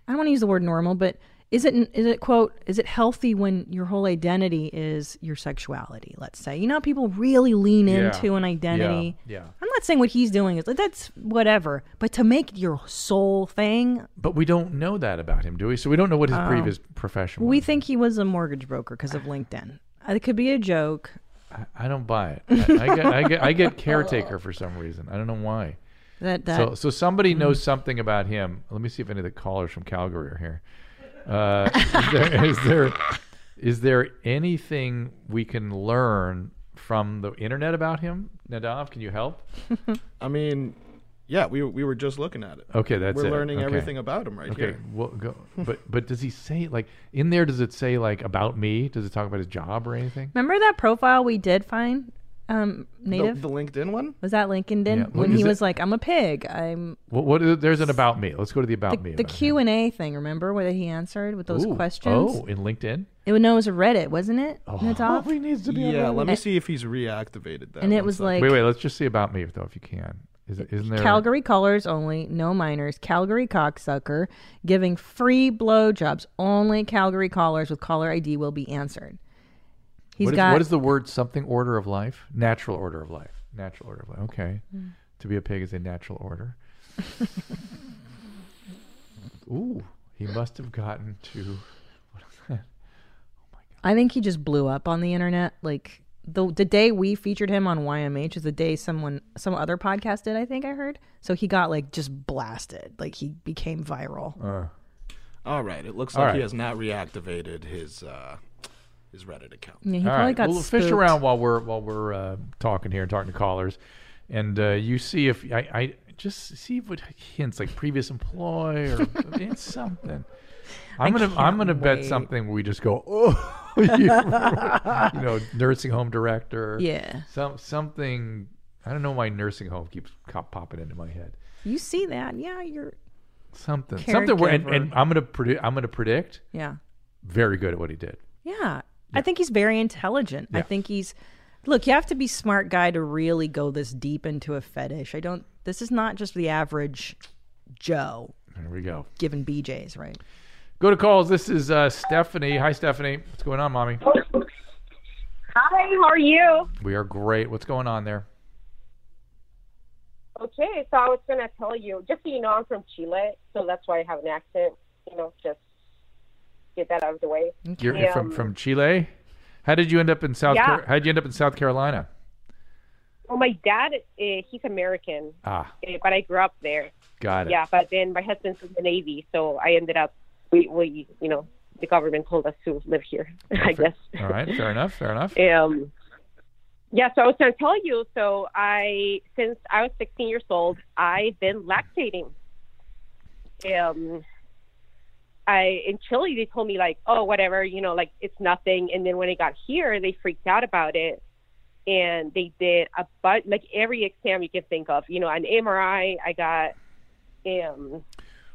[SPEAKER 2] don't want to use the word normal, but is it is it quote is it healthy when your whole identity is your sexuality? Let's say you know how people really lean
[SPEAKER 1] Yeah.
[SPEAKER 2] into an identity.
[SPEAKER 1] Yeah, yeah.
[SPEAKER 2] I'm not saying what he's doing is like that's whatever, but to make it your sole thing,
[SPEAKER 1] but we don't know that about him, do we? So we don't know what his
[SPEAKER 2] Oh.
[SPEAKER 1] previous profession was.
[SPEAKER 2] we think he was a mortgage broker because of LinkedIn. Uh, It could be a joke.
[SPEAKER 1] I, I don't buy
[SPEAKER 2] *laughs*
[SPEAKER 1] it. I, I get, I get, I get caretaker for some reason. I don't know why.
[SPEAKER 2] That that Mm.
[SPEAKER 1] So, so somebody knows something about him. Let me see if any of the callers from Calgary are here. Uh, is, there, *laughs* is there is there anything we can learn from the internet about him? Nadav, can you
[SPEAKER 2] *laughs*
[SPEAKER 1] help?
[SPEAKER 3] I mean, yeah, we we were just looking at it.
[SPEAKER 1] Okay, that's
[SPEAKER 3] We're
[SPEAKER 1] it.
[SPEAKER 3] learning
[SPEAKER 1] Okay.
[SPEAKER 3] everything about him right
[SPEAKER 1] Okay,
[SPEAKER 3] here. *laughs*
[SPEAKER 1] well, go, but but does he say like in there? Does it say like about me? Does it talk about his job or anything?
[SPEAKER 2] remember that profile we did find, um,
[SPEAKER 3] The,
[SPEAKER 2] native
[SPEAKER 3] the LinkedIn one?
[SPEAKER 2] was that Lincoln did
[SPEAKER 1] Yeah,
[SPEAKER 2] when
[SPEAKER 1] is
[SPEAKER 2] he
[SPEAKER 1] it-
[SPEAKER 2] was like, "I'm a pig. I'm
[SPEAKER 1] What, what there's an about me. Let's go to the about me.
[SPEAKER 2] the
[SPEAKER 1] about him.
[SPEAKER 2] Q and A thing. Remember where he answered with those
[SPEAKER 1] Ooh,
[SPEAKER 2] questions?
[SPEAKER 1] Oh, in LinkedIn.
[SPEAKER 2] It was no, it was a Reddit, wasn't it?
[SPEAKER 1] Oh,
[SPEAKER 2] Nadav?
[SPEAKER 1] he needs to be. on
[SPEAKER 3] Yeah,
[SPEAKER 1] Reddit.
[SPEAKER 3] let me see if he's reactivated that.
[SPEAKER 2] and it
[SPEAKER 3] one
[SPEAKER 2] was
[SPEAKER 3] sec.
[SPEAKER 2] like
[SPEAKER 1] Wait, wait. Let's just see about me though, if you can. Is, isn't there
[SPEAKER 2] Calgary callers only, no minors. Calgary cocksucker giving free blowjobs. Only Calgary callers with caller ID will be answered. He's
[SPEAKER 1] What is,
[SPEAKER 2] got
[SPEAKER 1] what is the word something order of life? Natural order of life. Natural order of life. Okay.
[SPEAKER 2] Hmm.
[SPEAKER 1] To be a pig is a natural
[SPEAKER 2] *laughs*
[SPEAKER 1] order. Ooh, he must have gotten to.
[SPEAKER 2] I think he just blew up on the internet. Like the the day we featured him on YMH is the day someone some other podcast did. I think I heard. So he got like just blasted. Like he became viral.
[SPEAKER 1] Uh.
[SPEAKER 3] All right, it looks
[SPEAKER 1] All
[SPEAKER 3] like
[SPEAKER 1] right.
[SPEAKER 3] he has not reactivated his uh, his Reddit account.
[SPEAKER 2] yeah, he
[SPEAKER 1] All
[SPEAKER 2] probably
[SPEAKER 1] right,
[SPEAKER 2] got
[SPEAKER 1] we'll fish
[SPEAKER 2] spooked.
[SPEAKER 1] around while we're while we're uh, talking here and talking to callers, and uh, you see if I, I just see what hints like previous employ or it's
[SPEAKER 2] *laughs*
[SPEAKER 1] something. I'm gonna I'm gonna bet
[SPEAKER 2] wait.
[SPEAKER 1] something where we just go oh *laughs* you, were- you know nursing home director
[SPEAKER 2] Yeah.
[SPEAKER 1] some something I don't know why nursing home keeps cop popping into my head
[SPEAKER 2] You see that? Yeah, you're
[SPEAKER 1] something something where and, and
[SPEAKER 2] Caregiver.
[SPEAKER 1] I'm gonna predict I'm gonna predict
[SPEAKER 2] yeah.
[SPEAKER 1] very good at what he did
[SPEAKER 2] Yeah. I think he's very intelligent. I think he's look, you have to be smart guy to really go this deep into a fetish. I don't this is not just the average Joe
[SPEAKER 1] there we go
[SPEAKER 2] given BJ's, right?
[SPEAKER 1] go to calls this is uh, Stephanie hi Stephanie what's going on mommy
[SPEAKER 5] Hi, how are you?
[SPEAKER 1] We are great. What's going on there?
[SPEAKER 5] Okay, so I was going to tell you, just so you know, I'm from Chile, so that's why I have an accent. You know, just get that out of the way.
[SPEAKER 1] You're, you're from
[SPEAKER 5] Um,
[SPEAKER 1] from Chile. How did you end up in South?
[SPEAKER 5] Yeah.
[SPEAKER 1] Car- how did you end up in South Carolina?
[SPEAKER 5] Well, my dad, uh, he's American,
[SPEAKER 1] Ah,
[SPEAKER 5] uh, but I grew up there.
[SPEAKER 1] got it.
[SPEAKER 5] Yeah, but then my husband's in the Navy, so I ended up, we, we you know, the government told us to live here, *laughs* I guess.
[SPEAKER 1] All right. Fair enough. Fair
[SPEAKER 6] *laughs*
[SPEAKER 1] enough.
[SPEAKER 5] Um, yeah, so I was going to tell you. So I, since I was 16 years old, I've been lactating. Um, I in Chile they told me like, oh, whatever, you know, like it's nothing. And then when I got here, they freaked out about it, and they did a but like every exam you can think of, you know, an MRI. I got, um,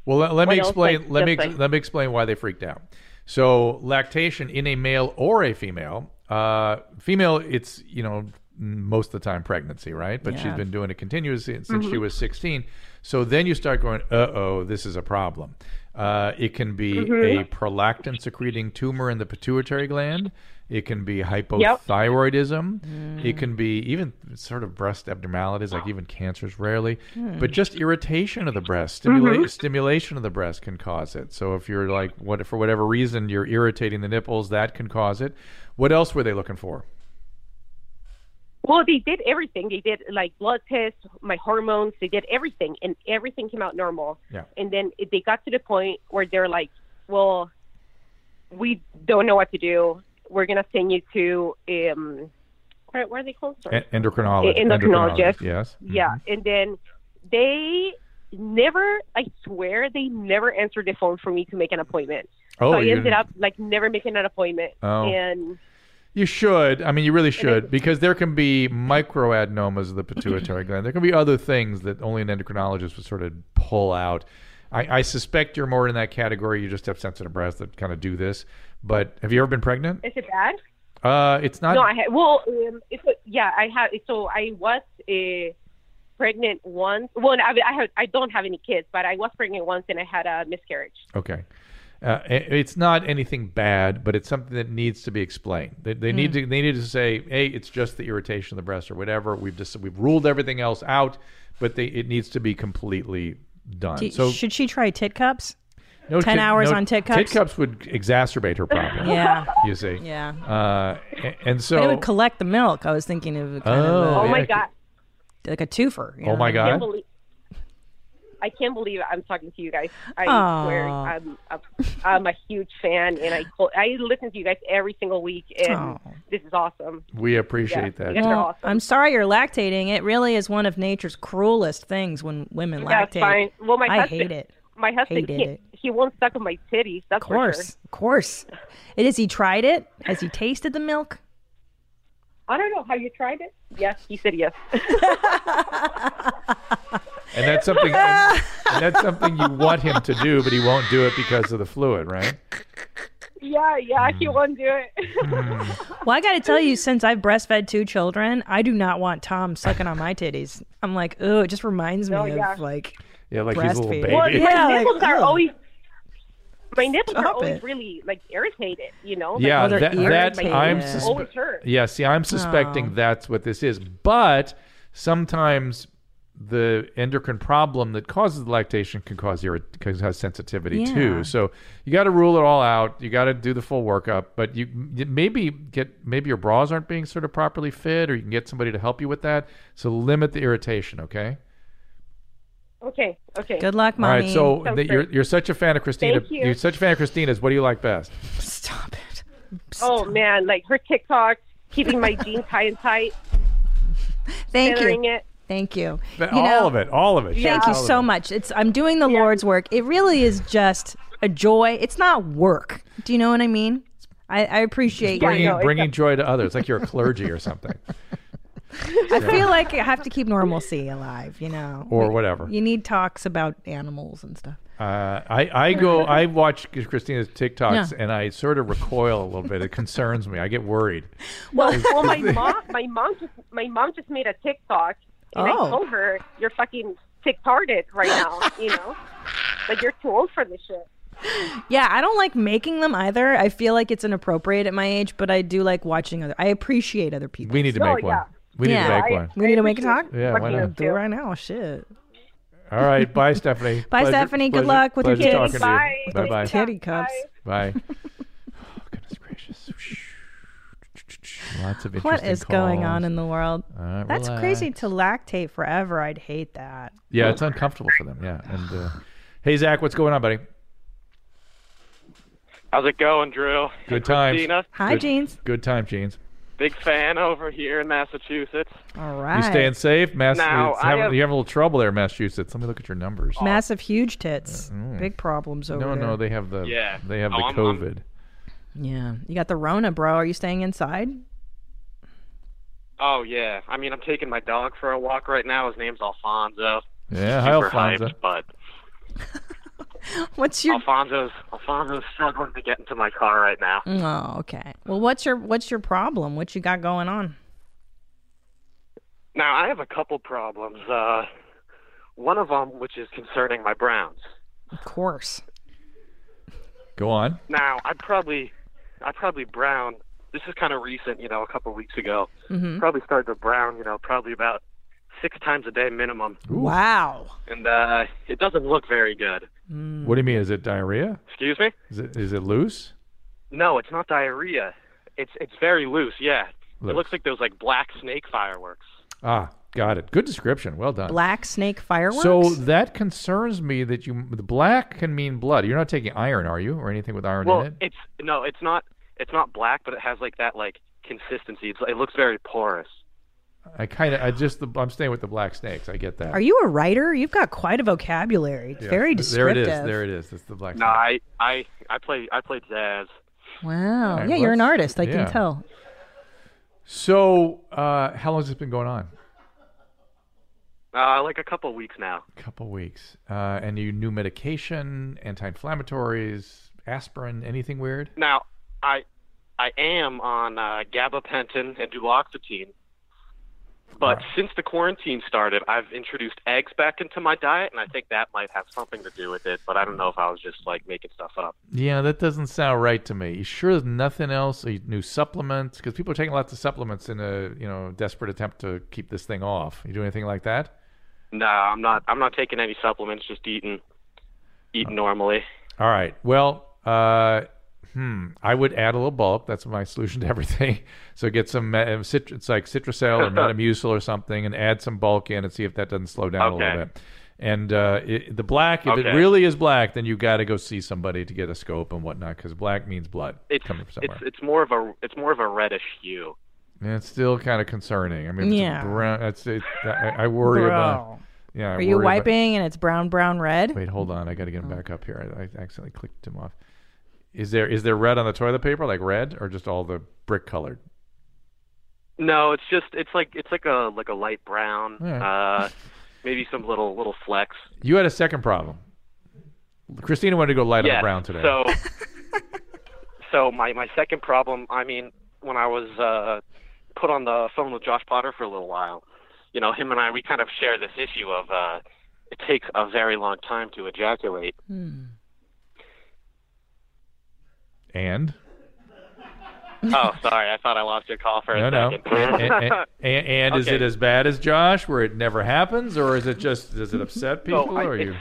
[SPEAKER 1] Well, let, let me
[SPEAKER 5] What else,
[SPEAKER 1] explain.
[SPEAKER 5] like,
[SPEAKER 1] let me
[SPEAKER 5] just
[SPEAKER 1] ex-
[SPEAKER 5] like-
[SPEAKER 1] let me explain why they freaked out. So, lactation in a male or a female. Uh, female, it's you know most of the time pregnancy, right? But she's
[SPEAKER 2] Yeah.
[SPEAKER 1] been doing it continuously since
[SPEAKER 5] Mm-hmm.
[SPEAKER 1] she was 16. So then you start going, uh oh, this is a problem. Uh, it can be a
[SPEAKER 5] Mm-hmm.
[SPEAKER 1] prolactin secreting tumor in the pituitary gland. It can be hypothyroidism.
[SPEAKER 5] Mm.
[SPEAKER 1] It can be even sort of breast abnormalities, like even cancers rarely. But
[SPEAKER 5] Hmm.
[SPEAKER 1] just irritation of the breast, stimula- stimulation of the breast can cause it. So if you're like, what for whatever reason, you're irritating the nipples, that can cause it. What else were they looking for?
[SPEAKER 5] well, they did everything. They did like blood tests, my hormones. They did everything, and everything came out normal.
[SPEAKER 1] Yeah.
[SPEAKER 5] And then it, they got to the point where they're like, "Well, we don't know what to do. We're gonna send you to um, where, where are they called? Sorry.
[SPEAKER 1] E- endocrinologist.
[SPEAKER 5] Endocrinologist.
[SPEAKER 1] Yes.
[SPEAKER 5] yeah. And then they never, I swear, they never answered the phone for me to make an appointment.
[SPEAKER 1] Oh,
[SPEAKER 5] so I
[SPEAKER 1] you
[SPEAKER 5] ended
[SPEAKER 1] didn't-
[SPEAKER 5] up like never making an appointment.
[SPEAKER 1] Oh.
[SPEAKER 5] And
[SPEAKER 1] You should. I mean, you really should because there can be microadenomas of the pituitary gland. There can be other things that only an endocrinologist would sort of pull out. I, I suspect you're more in that category. You just have sensitive breasts that kind of do this. But have you ever been pregnant?
[SPEAKER 5] Is it bad?
[SPEAKER 1] Uh, it's not.
[SPEAKER 5] No, I had. Well, um, it's a- yeah, I have. So I was uh, pregnant once. Well, I, I have. I don't have any kids, but I was pregnant once and I had a miscarriage.
[SPEAKER 1] Okay. Uh, i- it's not anything bad, but it's something that needs to be explained. They, they need
[SPEAKER 2] Mm.
[SPEAKER 1] to they need to say, hey, it's just the irritation of the breast or whatever. We've just we've ruled everything else out, but they, it needs to be completely done.
[SPEAKER 2] Do-
[SPEAKER 1] so
[SPEAKER 2] should she try tit cups?
[SPEAKER 1] no
[SPEAKER 2] 10 hours on tit
[SPEAKER 1] Tit
[SPEAKER 2] cups?
[SPEAKER 1] cups would exacerbate her problem.
[SPEAKER 2] *laughs* Yeah.
[SPEAKER 1] you see.
[SPEAKER 2] Yeah.
[SPEAKER 1] Uh, a- and
[SPEAKER 2] But
[SPEAKER 1] so
[SPEAKER 2] it would collect the milk. I was thinking of kind
[SPEAKER 1] Oh,
[SPEAKER 5] Oh
[SPEAKER 2] of
[SPEAKER 1] yeah.
[SPEAKER 5] my god!
[SPEAKER 2] a, like a twofer. you
[SPEAKER 1] oh
[SPEAKER 2] know?
[SPEAKER 1] my
[SPEAKER 5] I can't
[SPEAKER 1] god,
[SPEAKER 5] believe. I can't believe I'm talking to you guys. I
[SPEAKER 2] Aw.
[SPEAKER 5] swear, I'm a, I'm a huge fan, and I call, I listen to you guys every single week, and
[SPEAKER 2] Aw.
[SPEAKER 5] this is awesome.
[SPEAKER 1] we appreciate
[SPEAKER 5] Yeah.
[SPEAKER 1] that.
[SPEAKER 5] You guys are
[SPEAKER 2] Well,
[SPEAKER 5] awesome.
[SPEAKER 2] I'm sorry you're lactating. It really is one of nature's cruelest things when women
[SPEAKER 5] That's
[SPEAKER 2] lactate.
[SPEAKER 5] fine. Well, my
[SPEAKER 2] I
[SPEAKER 5] husband,
[SPEAKER 2] hate it.
[SPEAKER 5] My husband,
[SPEAKER 2] Hated
[SPEAKER 5] he,
[SPEAKER 2] it.
[SPEAKER 5] he won't suck on my titties. That's
[SPEAKER 2] Of
[SPEAKER 5] for
[SPEAKER 2] course,
[SPEAKER 5] sure.
[SPEAKER 2] of course. It is. He tried it. Has he tasted the milk?
[SPEAKER 5] I don't know. Have you tried it? Yes, he said yes.
[SPEAKER 1] And that's something
[SPEAKER 2] *laughs*
[SPEAKER 1] and that's something you want him to do, but he won't do it because of the fluid, right?
[SPEAKER 5] yeah, yeah, he
[SPEAKER 1] Mm.
[SPEAKER 5] won't do it.
[SPEAKER 2] Well, I got to tell you, since I've breastfed two children, I do not want Tom sucking on my titties. I'm like, oh, it just reminds me
[SPEAKER 5] Oh,
[SPEAKER 2] of
[SPEAKER 5] yeah.
[SPEAKER 2] like,
[SPEAKER 1] Yeah, like he's a little
[SPEAKER 2] Breastfeed.
[SPEAKER 1] baby.
[SPEAKER 5] well,
[SPEAKER 2] Yeah,
[SPEAKER 5] my
[SPEAKER 2] like,
[SPEAKER 5] nipples are
[SPEAKER 2] ugh.
[SPEAKER 5] always. My nipples are
[SPEAKER 2] Stop
[SPEAKER 5] always
[SPEAKER 2] it.
[SPEAKER 5] really like irritated, you know. Like,
[SPEAKER 1] Yeah,
[SPEAKER 2] Oh, they're
[SPEAKER 1] that, that
[SPEAKER 2] irritated.
[SPEAKER 1] I'm
[SPEAKER 2] Yeah.
[SPEAKER 1] suspe-
[SPEAKER 5] always hurt.
[SPEAKER 1] yeah. See, I'm suspecting that's what this is. But sometimes the endocrine problem that causes the lactation can cause irrit- can cause sensitivity
[SPEAKER 2] Yeah.
[SPEAKER 1] too. So you got to rule it all out. You got to do the full workup. But you you maybe get maybe your bras aren't being sort of properly fit, or you can get somebody to help you with that. So limit the irritation. Okay.
[SPEAKER 5] Okay, okay.
[SPEAKER 2] good luck, mommy.
[SPEAKER 1] All right. So
[SPEAKER 5] Sounds
[SPEAKER 1] that you're
[SPEAKER 5] great.
[SPEAKER 1] you're such a fan of Christina.
[SPEAKER 5] Thank you.
[SPEAKER 1] are such a fan of Christina's. What do you like best?
[SPEAKER 2] stop it.
[SPEAKER 5] Oh man, like her TikTok, keeping my
[SPEAKER 2] *laughs*
[SPEAKER 5] jeans high and tight,
[SPEAKER 2] Thank
[SPEAKER 5] tailoring
[SPEAKER 2] you,
[SPEAKER 5] it.
[SPEAKER 2] thank you.
[SPEAKER 1] But
[SPEAKER 2] You
[SPEAKER 1] all
[SPEAKER 2] know-
[SPEAKER 1] of it. All of it.
[SPEAKER 2] Thank you
[SPEAKER 1] All of
[SPEAKER 2] so
[SPEAKER 1] it.
[SPEAKER 2] much. It's I'm doing the Lord's work. It really is just a joy. It's not work. Do you know what I mean? I, I appreciate you.
[SPEAKER 1] Bringing
[SPEAKER 5] no, it's
[SPEAKER 1] bringing
[SPEAKER 5] a-
[SPEAKER 1] joy to others, like you're a clergy or *laughs* something.
[SPEAKER 2] I feel like I have to keep normalcy alive. You know,
[SPEAKER 1] or whatever.
[SPEAKER 2] you need talks about animals and stuff.
[SPEAKER 1] Uh, I, I go, I watch Christina's TikToks
[SPEAKER 2] Yeah.
[SPEAKER 1] and I sort of recoil a little bit. It concerns me. I get worried.
[SPEAKER 2] *laughs*
[SPEAKER 5] Well, well, my mom, my mom just, my mom just made a TikTok, and
[SPEAKER 2] Oh.
[SPEAKER 5] I told her, "You're fucking TikTarded right now, you know, like you're too old for this shit."
[SPEAKER 2] Yeah, I don't like making them either. I feel like it's inappropriate at my age, but I do like watching other. I appreciate other people.
[SPEAKER 1] We need to
[SPEAKER 5] No,
[SPEAKER 1] make
[SPEAKER 5] yeah.
[SPEAKER 1] one. We need
[SPEAKER 2] Yeah.
[SPEAKER 1] to make
[SPEAKER 5] I-
[SPEAKER 1] one.
[SPEAKER 2] We need to make a talk.
[SPEAKER 1] Yeah, why
[SPEAKER 5] Fucking
[SPEAKER 1] not?
[SPEAKER 2] Do it right now. Shit.
[SPEAKER 1] *laughs* All right. Bye, Stephanie.
[SPEAKER 2] Bye, Stephanie. Good luck with your
[SPEAKER 1] pleasure
[SPEAKER 2] kids.
[SPEAKER 1] talking
[SPEAKER 5] Bye.
[SPEAKER 1] to you. Bye. Bye.
[SPEAKER 2] Teddy cups.
[SPEAKER 1] Bye.
[SPEAKER 2] *laughs*
[SPEAKER 1] Oh, goodness gracious. Lots of interesting
[SPEAKER 2] What is going on
[SPEAKER 1] calls.
[SPEAKER 2] in the world?
[SPEAKER 1] All right,
[SPEAKER 2] That's
[SPEAKER 1] relax.
[SPEAKER 2] crazy to lactate forever. I'd hate that.
[SPEAKER 1] Yeah, it's uncomfortable for them. Yeah. And uh, *sighs* hey, Zach, what's going on, buddy?
[SPEAKER 7] How's it going, Drew?
[SPEAKER 1] Good times.
[SPEAKER 7] Christina,
[SPEAKER 2] Hi,
[SPEAKER 1] Good-
[SPEAKER 2] jeans.
[SPEAKER 1] Good time, Jeans.
[SPEAKER 7] big fan over here in Massachusetts.
[SPEAKER 2] All right.
[SPEAKER 1] You staying safe? Mass-
[SPEAKER 7] Now,
[SPEAKER 1] it's
[SPEAKER 7] I
[SPEAKER 1] having,
[SPEAKER 7] have-
[SPEAKER 1] You're having a little trouble there, Massachusetts. Let me look at your numbers. Mm.
[SPEAKER 2] Massive, huge tits. Big problems over
[SPEAKER 1] Uh, No,
[SPEAKER 2] there.
[SPEAKER 1] no, they have the
[SPEAKER 7] Yeah.
[SPEAKER 1] they have
[SPEAKER 7] Oh,
[SPEAKER 1] the
[SPEAKER 7] I'm- I'm-
[SPEAKER 1] COVID.
[SPEAKER 2] Yeah, you got the Rona, bro. Are you staying inside?
[SPEAKER 7] Oh yeah, I mean I'm taking my dog for a walk right now. His name's Alfonso.
[SPEAKER 1] yeah, hi
[SPEAKER 7] Super
[SPEAKER 1] Alfonso.
[SPEAKER 7] hyped, but
[SPEAKER 2] *laughs* What's your?
[SPEAKER 7] Alfonso's Alfonso's struggling to get into my car right now.
[SPEAKER 2] Oh, okay. Well, what's your what's your problem? What you got going on?
[SPEAKER 7] Now I have a couple problems. Uh, one of them, which is concerning my Browns.
[SPEAKER 2] Of course.
[SPEAKER 1] Go on.
[SPEAKER 7] Now I probably, I probably brown. This is kind of recent, you know, a couple weeks ago.
[SPEAKER 1] Mm-hmm.
[SPEAKER 7] Probably started to brown, you know, probably about six times a day minimum,
[SPEAKER 2] Wow.
[SPEAKER 7] and uh, it doesn't look very good.
[SPEAKER 2] Mm-hmm.
[SPEAKER 1] What do you mean? Is it diarrhea?
[SPEAKER 7] Excuse me?
[SPEAKER 1] Is it is it loose?
[SPEAKER 7] No, it's not diarrhea. It's it's very loose. Yeah,
[SPEAKER 1] Loose.
[SPEAKER 7] it looks like those like black snake fireworks.
[SPEAKER 1] Ah, got it. Good description. Well done.
[SPEAKER 2] Black snake fireworks.
[SPEAKER 1] Uh, So that concerns me that you the black can mean blood. You're not taking iron, are you, or anything with iron
[SPEAKER 7] Well,
[SPEAKER 1] in it?
[SPEAKER 7] it's no, it's not. It's not black, but it has like that like consistency. It's, it looks very porous.
[SPEAKER 1] I kind of I just the, I'm staying with the black snakes. I get that.
[SPEAKER 2] are you a writer? You've got quite a vocabulary. It's
[SPEAKER 1] Yeah. There
[SPEAKER 2] very
[SPEAKER 1] it
[SPEAKER 2] descriptive.
[SPEAKER 1] is. There it is. It's the black.
[SPEAKER 7] No, I I I play I play jazz.
[SPEAKER 2] Wow.
[SPEAKER 1] right,
[SPEAKER 2] yeah, you're an
[SPEAKER 1] let's-
[SPEAKER 2] artist. I
[SPEAKER 1] yeah.
[SPEAKER 2] can tell.
[SPEAKER 1] So uh, how long has this been going on?
[SPEAKER 7] Uh, like a couple weeks now.
[SPEAKER 1] couple weeks. Uh, and you new medication, anti-inflammatories, aspirin, anything weird?
[SPEAKER 7] Now, I I am on uh, gabapentin and duloxetine, but since the quarantine started, I've introduced eggs back into my diet, and I think that might have something to do with it. But I don't know if I was just like making stuff up.
[SPEAKER 1] Yeah, that doesn't sound right to me. You sure there's nothing else? A new supplements? Because people are taking lots of supplements in a you know desperate attempt to keep this thing off. You do anything like that?
[SPEAKER 7] No, I'm not. I'm not taking any supplements. Just eating,
[SPEAKER 1] Oh.
[SPEAKER 7] eating normally.
[SPEAKER 1] All right. Well, uh, hmm. I would add a little bulk. That's my solution to *laughs* everything. So get some me- uh, cit- it's like Citracel
[SPEAKER 7] *laughs*
[SPEAKER 1] or Metamucil or something, and add some bulk in and see if that doesn't slow down a
[SPEAKER 7] Okay.
[SPEAKER 1] little bit. And uh, it, the black, if it
[SPEAKER 7] Okay.
[SPEAKER 1] really is black, then you got to go see somebody to get a scope and whatnot, because black means blood
[SPEAKER 7] It's
[SPEAKER 1] coming from
[SPEAKER 7] it's
[SPEAKER 1] somewhere.
[SPEAKER 7] it's more of a it's more of a reddish hue.
[SPEAKER 1] And it's still kind of concerning. I mean, it's a
[SPEAKER 2] Yeah.
[SPEAKER 1] brown, that's it. I, I worry about. Yeah, I
[SPEAKER 2] Are you
[SPEAKER 1] worry about-
[SPEAKER 2] wiping and it's brown, brown, red?
[SPEAKER 1] Wait, hold on. I got to get him back up here. I, I accidentally clicked him off. Is there is there red on the toilet paper, like red, or just all the brick colored?
[SPEAKER 7] No, it's just it's like it's like a like a light brown.
[SPEAKER 1] Yeah.
[SPEAKER 7] Uh, maybe some little little flecks.
[SPEAKER 1] You had a second problem. Christina wanted to go light on
[SPEAKER 7] Yeah.
[SPEAKER 1] the brown today.
[SPEAKER 7] So,
[SPEAKER 1] *laughs*
[SPEAKER 7] so my my second problem. I mean, when I was uh, put on the phone with Josh Potter for a little while, you know, him and I we kind of share this issue of uh, it takes a very long time to
[SPEAKER 1] *laughs*
[SPEAKER 7] ejaculate.
[SPEAKER 1] Hmm. and
[SPEAKER 7] oh, sorry, I thought I lost your call for
[SPEAKER 1] no,
[SPEAKER 7] a
[SPEAKER 1] no,
[SPEAKER 7] second.
[SPEAKER 1] and, and, and, and is
[SPEAKER 7] Okay.
[SPEAKER 1] it as bad as Josh, where it never happens, or is it just does
[SPEAKER 7] *laughs*
[SPEAKER 1] it upset people?
[SPEAKER 7] I-
[SPEAKER 1] or you?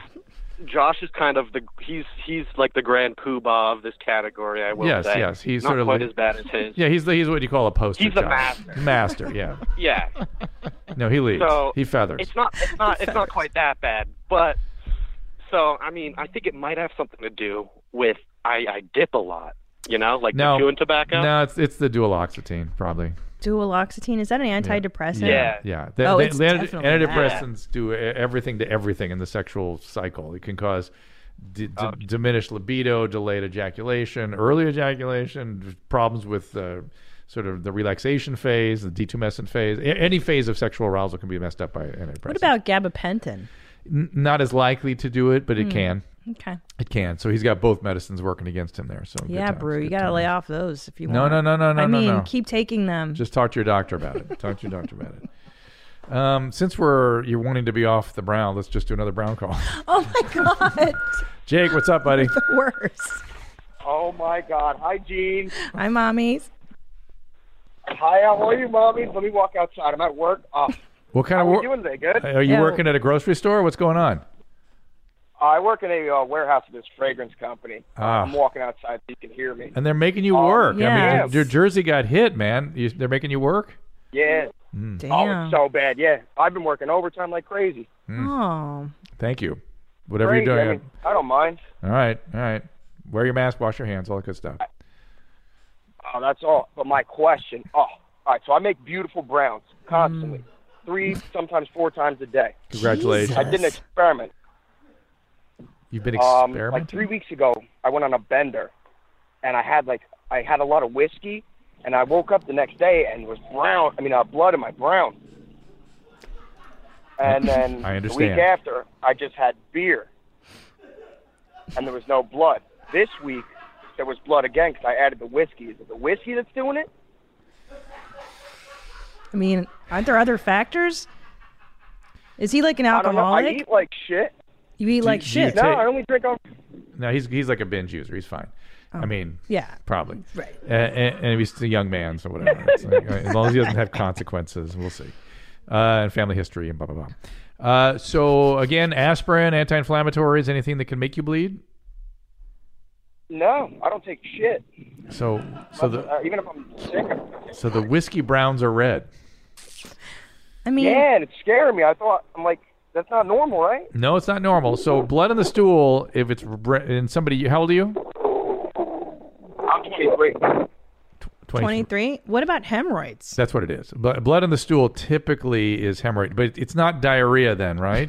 [SPEAKER 7] Josh is kind of the he's he's like the grand poobah of this category. I will
[SPEAKER 1] Yes,
[SPEAKER 7] say.
[SPEAKER 1] yes, he's
[SPEAKER 7] not
[SPEAKER 1] sort of
[SPEAKER 7] quite
[SPEAKER 1] like-
[SPEAKER 7] as bad as
[SPEAKER 1] *laughs*
[SPEAKER 7] his.
[SPEAKER 1] Yeah, he's the, he's what you call a poster.
[SPEAKER 7] He's the
[SPEAKER 1] Josh. Master, yeah.
[SPEAKER 7] yeah.
[SPEAKER 1] No, he leaves.
[SPEAKER 7] So,
[SPEAKER 1] he feathers.
[SPEAKER 7] It's not it's not it's not quite that bad, but so I mean I think it might have something to do with I, I dip a lot, you know, like
[SPEAKER 1] no,
[SPEAKER 7] the chewing tobacco.
[SPEAKER 1] No, it's it's the dualoxetine probably.
[SPEAKER 2] Dualoxetine, is that an antidepressant?
[SPEAKER 7] Yeah.
[SPEAKER 1] Yeah. The,
[SPEAKER 2] Oh,
[SPEAKER 1] the-
[SPEAKER 2] it's
[SPEAKER 1] the anti-
[SPEAKER 2] definitely
[SPEAKER 1] antidepressants do e- everything to everything in the sexual cycle. It can cause d-
[SPEAKER 7] Oh.
[SPEAKER 1] d- diminished libido, delayed ejaculation, early ejaculation, problems with uh, sort of the relaxation phase, the detumescent phase. A- any phase of sexual arousal can be messed up by antidepressants.
[SPEAKER 2] What about gabapentin?
[SPEAKER 1] N- not as likely to do it, but it can.
[SPEAKER 2] Hmm. Okay.
[SPEAKER 1] It can. So he's got both medicines working against him there. So good
[SPEAKER 2] Yeah,
[SPEAKER 1] times,
[SPEAKER 2] Brew, you
[SPEAKER 1] good
[SPEAKER 2] got to
[SPEAKER 1] times.
[SPEAKER 2] lay off those if you
[SPEAKER 1] No,
[SPEAKER 2] want.
[SPEAKER 1] no, no, no, no,
[SPEAKER 2] I
[SPEAKER 1] no,
[SPEAKER 2] mean,
[SPEAKER 1] no.
[SPEAKER 2] keep taking them.
[SPEAKER 1] Just talk to your doctor about it. Talk to your doctor about it. Um, since we're you're wanting to be off the brown, let's just do another brown call.
[SPEAKER 2] *laughs*
[SPEAKER 1] *laughs*
[SPEAKER 2] oh my God.
[SPEAKER 1] Jake, what's up, buddy?
[SPEAKER 2] *laughs* Worse.
[SPEAKER 8] Oh my God! Hi, Gene.
[SPEAKER 2] Hi, mommies.
[SPEAKER 8] Hi, how are you, mommy? Let me walk outside. I'm at work. Oh,
[SPEAKER 1] What kind
[SPEAKER 8] how
[SPEAKER 1] of
[SPEAKER 8] are you
[SPEAKER 1] work?
[SPEAKER 8] doing today? Good.
[SPEAKER 1] Are you
[SPEAKER 2] Yeah.
[SPEAKER 1] working at a grocery store? What's going on?
[SPEAKER 8] I work in a uh, warehouse of this fragrance company.
[SPEAKER 1] Ah.
[SPEAKER 8] I'm walking outside so you can hear me.
[SPEAKER 1] And they're making
[SPEAKER 8] Oh,
[SPEAKER 1] you work. I mean,
[SPEAKER 2] yeah.
[SPEAKER 1] your, your jersey got hit, man. You, they're making you work.
[SPEAKER 8] Yeah.
[SPEAKER 1] Hmm.
[SPEAKER 8] Oh,
[SPEAKER 2] Damn.
[SPEAKER 8] it's so bad. Yeah, I've been working overtime like crazy.
[SPEAKER 1] Mm.
[SPEAKER 2] Oh.
[SPEAKER 1] Thank you. Whatever
[SPEAKER 8] crazy.
[SPEAKER 1] you're
[SPEAKER 8] I,
[SPEAKER 1] doing.
[SPEAKER 8] mean, I don't mind.
[SPEAKER 1] All right, all right. Wear your mask, wash your hands, all that good stuff.
[SPEAKER 8] Oh, that's all. But my question. Oh, all right. So I make beautiful browns constantly, three, sometimes four times a day.
[SPEAKER 1] Congratulations.
[SPEAKER 8] I did an experiment.
[SPEAKER 1] You've been
[SPEAKER 8] Um,
[SPEAKER 1] experimenting.
[SPEAKER 8] like three weeks ago, I went on a bender, and I had like I had a lot of whiskey, and I woke up the next day and was brown. I mean, uh, blood in my brown. And
[SPEAKER 1] *laughs*
[SPEAKER 8] then
[SPEAKER 1] I
[SPEAKER 8] the week
[SPEAKER 1] understand.
[SPEAKER 8] after, I just had beer, and there was no blood. This week, there was blood again because I added the whiskey. Is it the whiskey that's doing it?
[SPEAKER 2] I mean, aren't there other factors? Is he like an
[SPEAKER 8] I don't know. I
[SPEAKER 2] alcoholic?
[SPEAKER 8] eat like shit.
[SPEAKER 2] you eat like
[SPEAKER 1] do you
[SPEAKER 2] shit.
[SPEAKER 8] No,
[SPEAKER 1] Take-
[SPEAKER 8] I only drink on.
[SPEAKER 1] no, he's he's like a binge user. He's fine. I mean,
[SPEAKER 2] Oh, yeah.
[SPEAKER 1] probably.
[SPEAKER 2] Right.
[SPEAKER 1] A- a- And, he's a young man, so whatever. It's like, as long as he doesn't have consequences, we'll see. Uh, and family history and blah blah blah. Uh, so again, aspirin, anti-inflammatories, anything that can make you bleed.
[SPEAKER 8] No, I don't take shit.
[SPEAKER 1] So so the
[SPEAKER 8] Uh, even if I'm sick. I'm
[SPEAKER 1] so the whiskey browns are red.
[SPEAKER 2] I mean,
[SPEAKER 8] Yeah, and it's scaring me. I thought I'm like, that's not normal, right?
[SPEAKER 1] No, it's not normal. So blood in the stool, if it's re- in somebody, how old are you?
[SPEAKER 8] I'm 23.
[SPEAKER 2] 23. What about hemorrhoids?
[SPEAKER 1] That's what it is. Bl- Blood in the stool typically is hemorrhoid, but it's not diarrhea then,
[SPEAKER 2] *laughs*
[SPEAKER 1] right?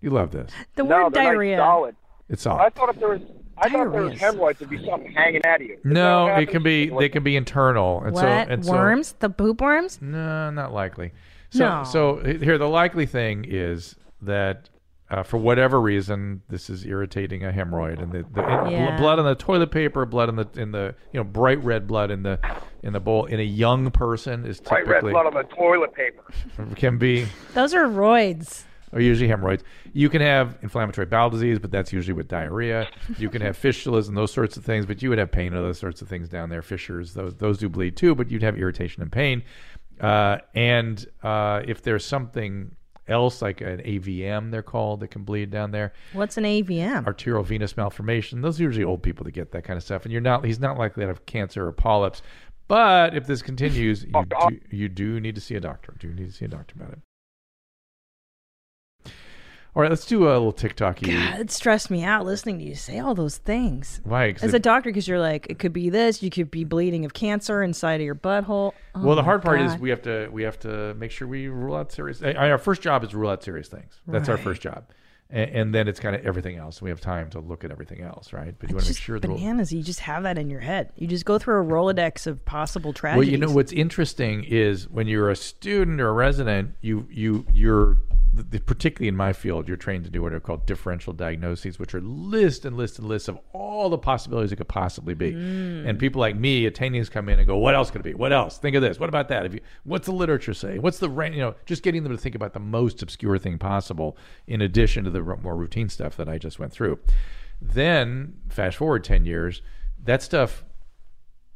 [SPEAKER 1] you love this.
[SPEAKER 2] The
[SPEAKER 8] No,
[SPEAKER 2] word
[SPEAKER 8] they're nice
[SPEAKER 2] diarrhea.
[SPEAKER 8] solid.
[SPEAKER 1] It's
[SPEAKER 8] I
[SPEAKER 1] all.
[SPEAKER 8] thought if there was, I thought if there was
[SPEAKER 2] Diarrheas.
[SPEAKER 8] hemorrhoids, there'd be something hanging out of you. Is that
[SPEAKER 1] No,
[SPEAKER 8] what
[SPEAKER 1] it can
[SPEAKER 8] happens?
[SPEAKER 1] be. They
[SPEAKER 8] Like,
[SPEAKER 1] can be internal, and so
[SPEAKER 2] What?
[SPEAKER 1] and so,
[SPEAKER 2] worms? the poop worms?
[SPEAKER 1] No, not likely. So,
[SPEAKER 2] No.
[SPEAKER 1] so here the likely thing is that uh, for whatever reason this is irritating a hemorrhoid, and the, the and bl-
[SPEAKER 2] Yeah.
[SPEAKER 1] blood on the toilet paper, blood in the in the you know bright red blood in the in the bowl in a young person is
[SPEAKER 8] Bright red
[SPEAKER 1] typically
[SPEAKER 8] blood on the toilet paper.
[SPEAKER 1] can be
[SPEAKER 2] Those are roids.
[SPEAKER 1] are usually hemorrhoids. You can have inflammatory bowel disease, but that's usually with diarrhea. You can have fistulas and those sorts of things, but you would have pain and those sorts of things down there. Fissures, those those do bleed too, but you'd have irritation and pain. Uh, and uh, if there's something else, like an AVM, they're called, that can bleed down there,
[SPEAKER 2] What's an AVM?
[SPEAKER 1] arterial venous malformation. Those are usually old people that get that kind of stuff, and you're not. He's not likely to have cancer or polyps. But if this continues,
[SPEAKER 2] *laughs*
[SPEAKER 1] you do, you do need to see a doctor. Do need to see a doctor about it. All right, let's do a little TikToky.
[SPEAKER 2] God, it stressed me out listening to you say all those things.
[SPEAKER 1] Why? 'Cause
[SPEAKER 2] As
[SPEAKER 1] it-
[SPEAKER 2] a doctor, because you're like, it could be this. You could be bleeding of cancer inside of your butthole. Oh
[SPEAKER 1] well, the
[SPEAKER 2] my
[SPEAKER 1] hard part is
[SPEAKER 2] God.
[SPEAKER 1] we have to we have to make sure we rule out serious. I- I- Our first job is rule out serious things. That's our
[SPEAKER 2] Right.
[SPEAKER 1] first job, and, and then it's kind of everything else. We have time to look at everything else, right? But you want
[SPEAKER 2] It's
[SPEAKER 1] to make
[SPEAKER 2] just
[SPEAKER 1] sure that we'll-
[SPEAKER 2] bananas. You just have that in your head. You just go through a rolodex of possible
[SPEAKER 1] Well,
[SPEAKER 2] tragedies.
[SPEAKER 1] you know what's interesting is when you're a student or a resident, you you you're th- th- particularly in my field, you're trained to do what are called differential diagnoses, which are lists and lists and lists of all the possibilities it could possibly be. And people like me, attendees come in and go, "What else could it be? What else? Think of this. What about that? If you, what's the literature say? What's the ra-" you know?" Just getting them to think about the most obscure thing possible, in addition to the r- more routine stuff that I just went through. Then fast forward ten years, that stuff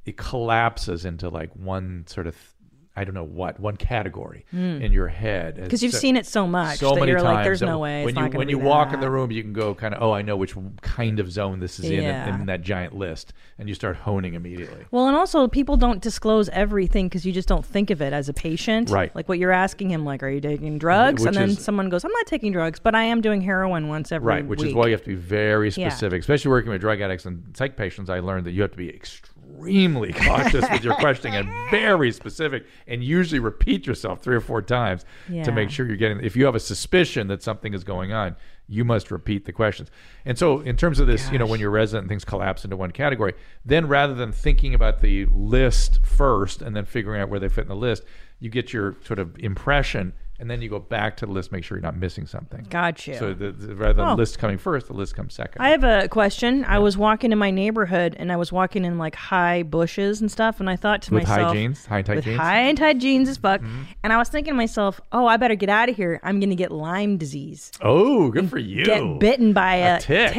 [SPEAKER 1] it collapses into like one sort of th- I don't know what one category in your head
[SPEAKER 2] Hmm. Because you've seen it so much
[SPEAKER 1] so
[SPEAKER 2] that
[SPEAKER 1] many
[SPEAKER 2] you're
[SPEAKER 1] times.
[SPEAKER 2] like, there's
[SPEAKER 1] that
[SPEAKER 2] no way.
[SPEAKER 1] when
[SPEAKER 2] it's
[SPEAKER 1] you
[SPEAKER 2] not gonna
[SPEAKER 1] when
[SPEAKER 2] be
[SPEAKER 1] you walk
[SPEAKER 2] that.
[SPEAKER 1] in the room, you can go kind of oh I know which kind of zone this is in
[SPEAKER 2] Yeah.
[SPEAKER 1] in, in that giant list, and you start honing immediately.
[SPEAKER 2] Well, and also people don't disclose everything because you just don't think of it as a patient.
[SPEAKER 1] Right.
[SPEAKER 2] Like what you're asking him, like, are you taking drugs?
[SPEAKER 1] Which
[SPEAKER 2] and then
[SPEAKER 1] is-
[SPEAKER 2] someone goes, I'm not taking drugs, but I am doing heroin once every
[SPEAKER 1] Right, which is
[SPEAKER 2] week."
[SPEAKER 1] why you have to be very
[SPEAKER 2] Yeah.
[SPEAKER 1] specific, especially working with drug addicts and psych patients. I learned that you have to be extremely *laughs* cautious with your questioning and very specific, and usually repeat yourself three or four times
[SPEAKER 2] Yeah.
[SPEAKER 1] to make sure you're getting. If you have a suspicion that something is going on, you must repeat the questions. And so, in terms of this, you know, when you're resident, things collapse into one category. Then, rather than thinking about the list first and then figuring out where they fit in the list, you get your sort of impression. And then you go back to the list, make sure you're not missing something.
[SPEAKER 2] Got you.
[SPEAKER 1] So the, the- rather than
[SPEAKER 2] Oh.
[SPEAKER 1] list coming first, the list comes second.
[SPEAKER 2] I have a question. I was walking in my neighborhood and I was walking in like high bushes and stuff, and I thought to
[SPEAKER 1] With high
[SPEAKER 2] myself,
[SPEAKER 1] jeans? High tight
[SPEAKER 2] with
[SPEAKER 1] jeans? Mm-hmm.
[SPEAKER 2] high and tight jeans as fuck. And I was thinking to myself, oh, I better get out of here. I'm gonna get Lyme disease,
[SPEAKER 1] oh, good for you.
[SPEAKER 2] get bitten by a,
[SPEAKER 1] tick.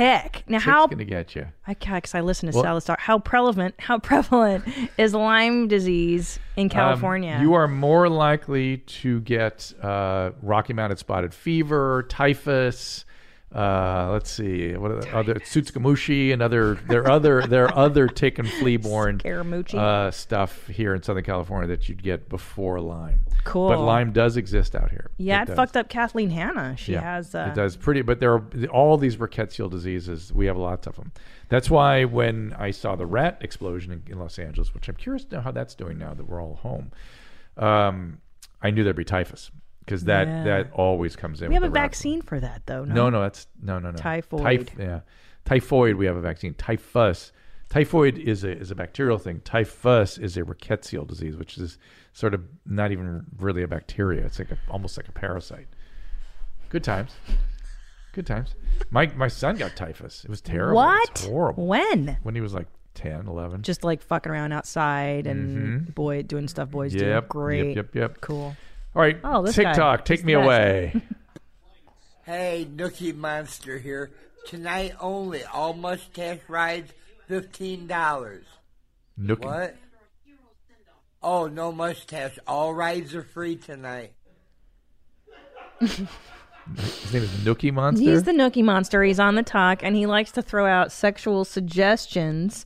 [SPEAKER 2] Now,
[SPEAKER 1] Tick's
[SPEAKER 2] how
[SPEAKER 1] gonna get you?
[SPEAKER 2] I because I listen to Sal Star. How prevalent? *laughs* How prevalent is Lyme disease in California?
[SPEAKER 1] Um, You are more likely to get uh, Rocky Mountain spotted fever, typhus. Uh, let's see what are the other Tsutsukamushi and other there are other there are other tick and flea borne
[SPEAKER 2] Scaramucci.
[SPEAKER 1] uh, stuff here in Southern California that you'd get before Lyme.
[SPEAKER 2] Cool.
[SPEAKER 1] but Lyme does exist out here. uh,
[SPEAKER 2] yeah, it,
[SPEAKER 1] does.
[SPEAKER 2] fucked up Kathleen Hanna. She has. Uh,
[SPEAKER 1] it does pretty, but there are all these rickettsial diseases. We have lots of them. That's why when I saw the rat explosion in, in Los Angeles, which I'm curious to know how that's doing now that we're all home, um, I knew there'd be typhus because that
[SPEAKER 2] Yeah.
[SPEAKER 1] that always comes in.
[SPEAKER 2] we have a
[SPEAKER 1] with the rats.
[SPEAKER 2] vaccine for that though. No,
[SPEAKER 1] No, no, that's no, no, no.
[SPEAKER 2] Typhoid.
[SPEAKER 1] Typh- yeah, typhoid. We have a vaccine. Typhus. Typhoid is a is a bacterial thing. Typhus is a rickettsial disease, which is sort of not even really a bacteria. It's like a, almost like a parasite. Good times. Good times. My my son got typhus. It was terrible.
[SPEAKER 2] What?
[SPEAKER 1] It's horrible.
[SPEAKER 2] When?
[SPEAKER 1] When he was like 10, 11.
[SPEAKER 2] Just like fucking around outside and boy doing stuff boys do.
[SPEAKER 1] Mm-hmm. yep.
[SPEAKER 2] Great.
[SPEAKER 1] Yep. Yep. Yep.
[SPEAKER 2] Cool.
[SPEAKER 1] All right.
[SPEAKER 2] Oh, this guy.
[SPEAKER 1] TikTok, take
[SPEAKER 2] He's
[SPEAKER 1] me
[SPEAKER 2] the best.
[SPEAKER 1] away.
[SPEAKER 9] Hey, Nookie Monster here. Tonight only, all mustache rides, $15.
[SPEAKER 1] Nookie.
[SPEAKER 9] What? Oh, no mustache. All rides are free tonight.
[SPEAKER 1] His name is Nookie Monster.
[SPEAKER 2] He's the Nookie monster. He's on the talk, and he likes to throw out sexual suggestions.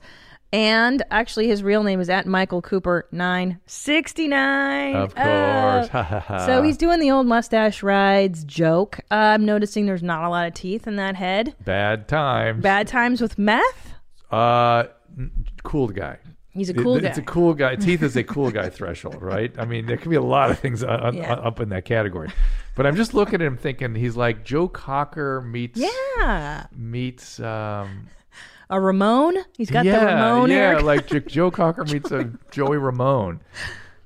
[SPEAKER 2] And actually, his real name is at Michael Cooper nine sixty nine. Oh.
[SPEAKER 1] of course. Ha ha *laughs* ha.
[SPEAKER 2] So he's doing the old mustache rides joke. Uh, I'm noticing there's not a lot of teeth in that head.
[SPEAKER 1] bad times.
[SPEAKER 2] Bad times with meth.
[SPEAKER 1] Uh, n- cool guy.
[SPEAKER 2] He's a cool
[SPEAKER 1] It- It's
[SPEAKER 2] guy.
[SPEAKER 1] a cool guy. Teeth is a cool guy *laughs* threshold, right? I mean, there can be a lot of things on, on-
[SPEAKER 2] Yeah.
[SPEAKER 1] up in that category. But I'm just looking at him thinking he's like Joe Cocker meets
[SPEAKER 2] yeah,
[SPEAKER 1] meets um
[SPEAKER 2] a Ramon. He's got
[SPEAKER 1] yeah
[SPEAKER 2] the Ramon. *laughs*
[SPEAKER 1] yeah
[SPEAKER 2] haircut.
[SPEAKER 1] like Jo- Joe Cocker meets a Joey Ramone.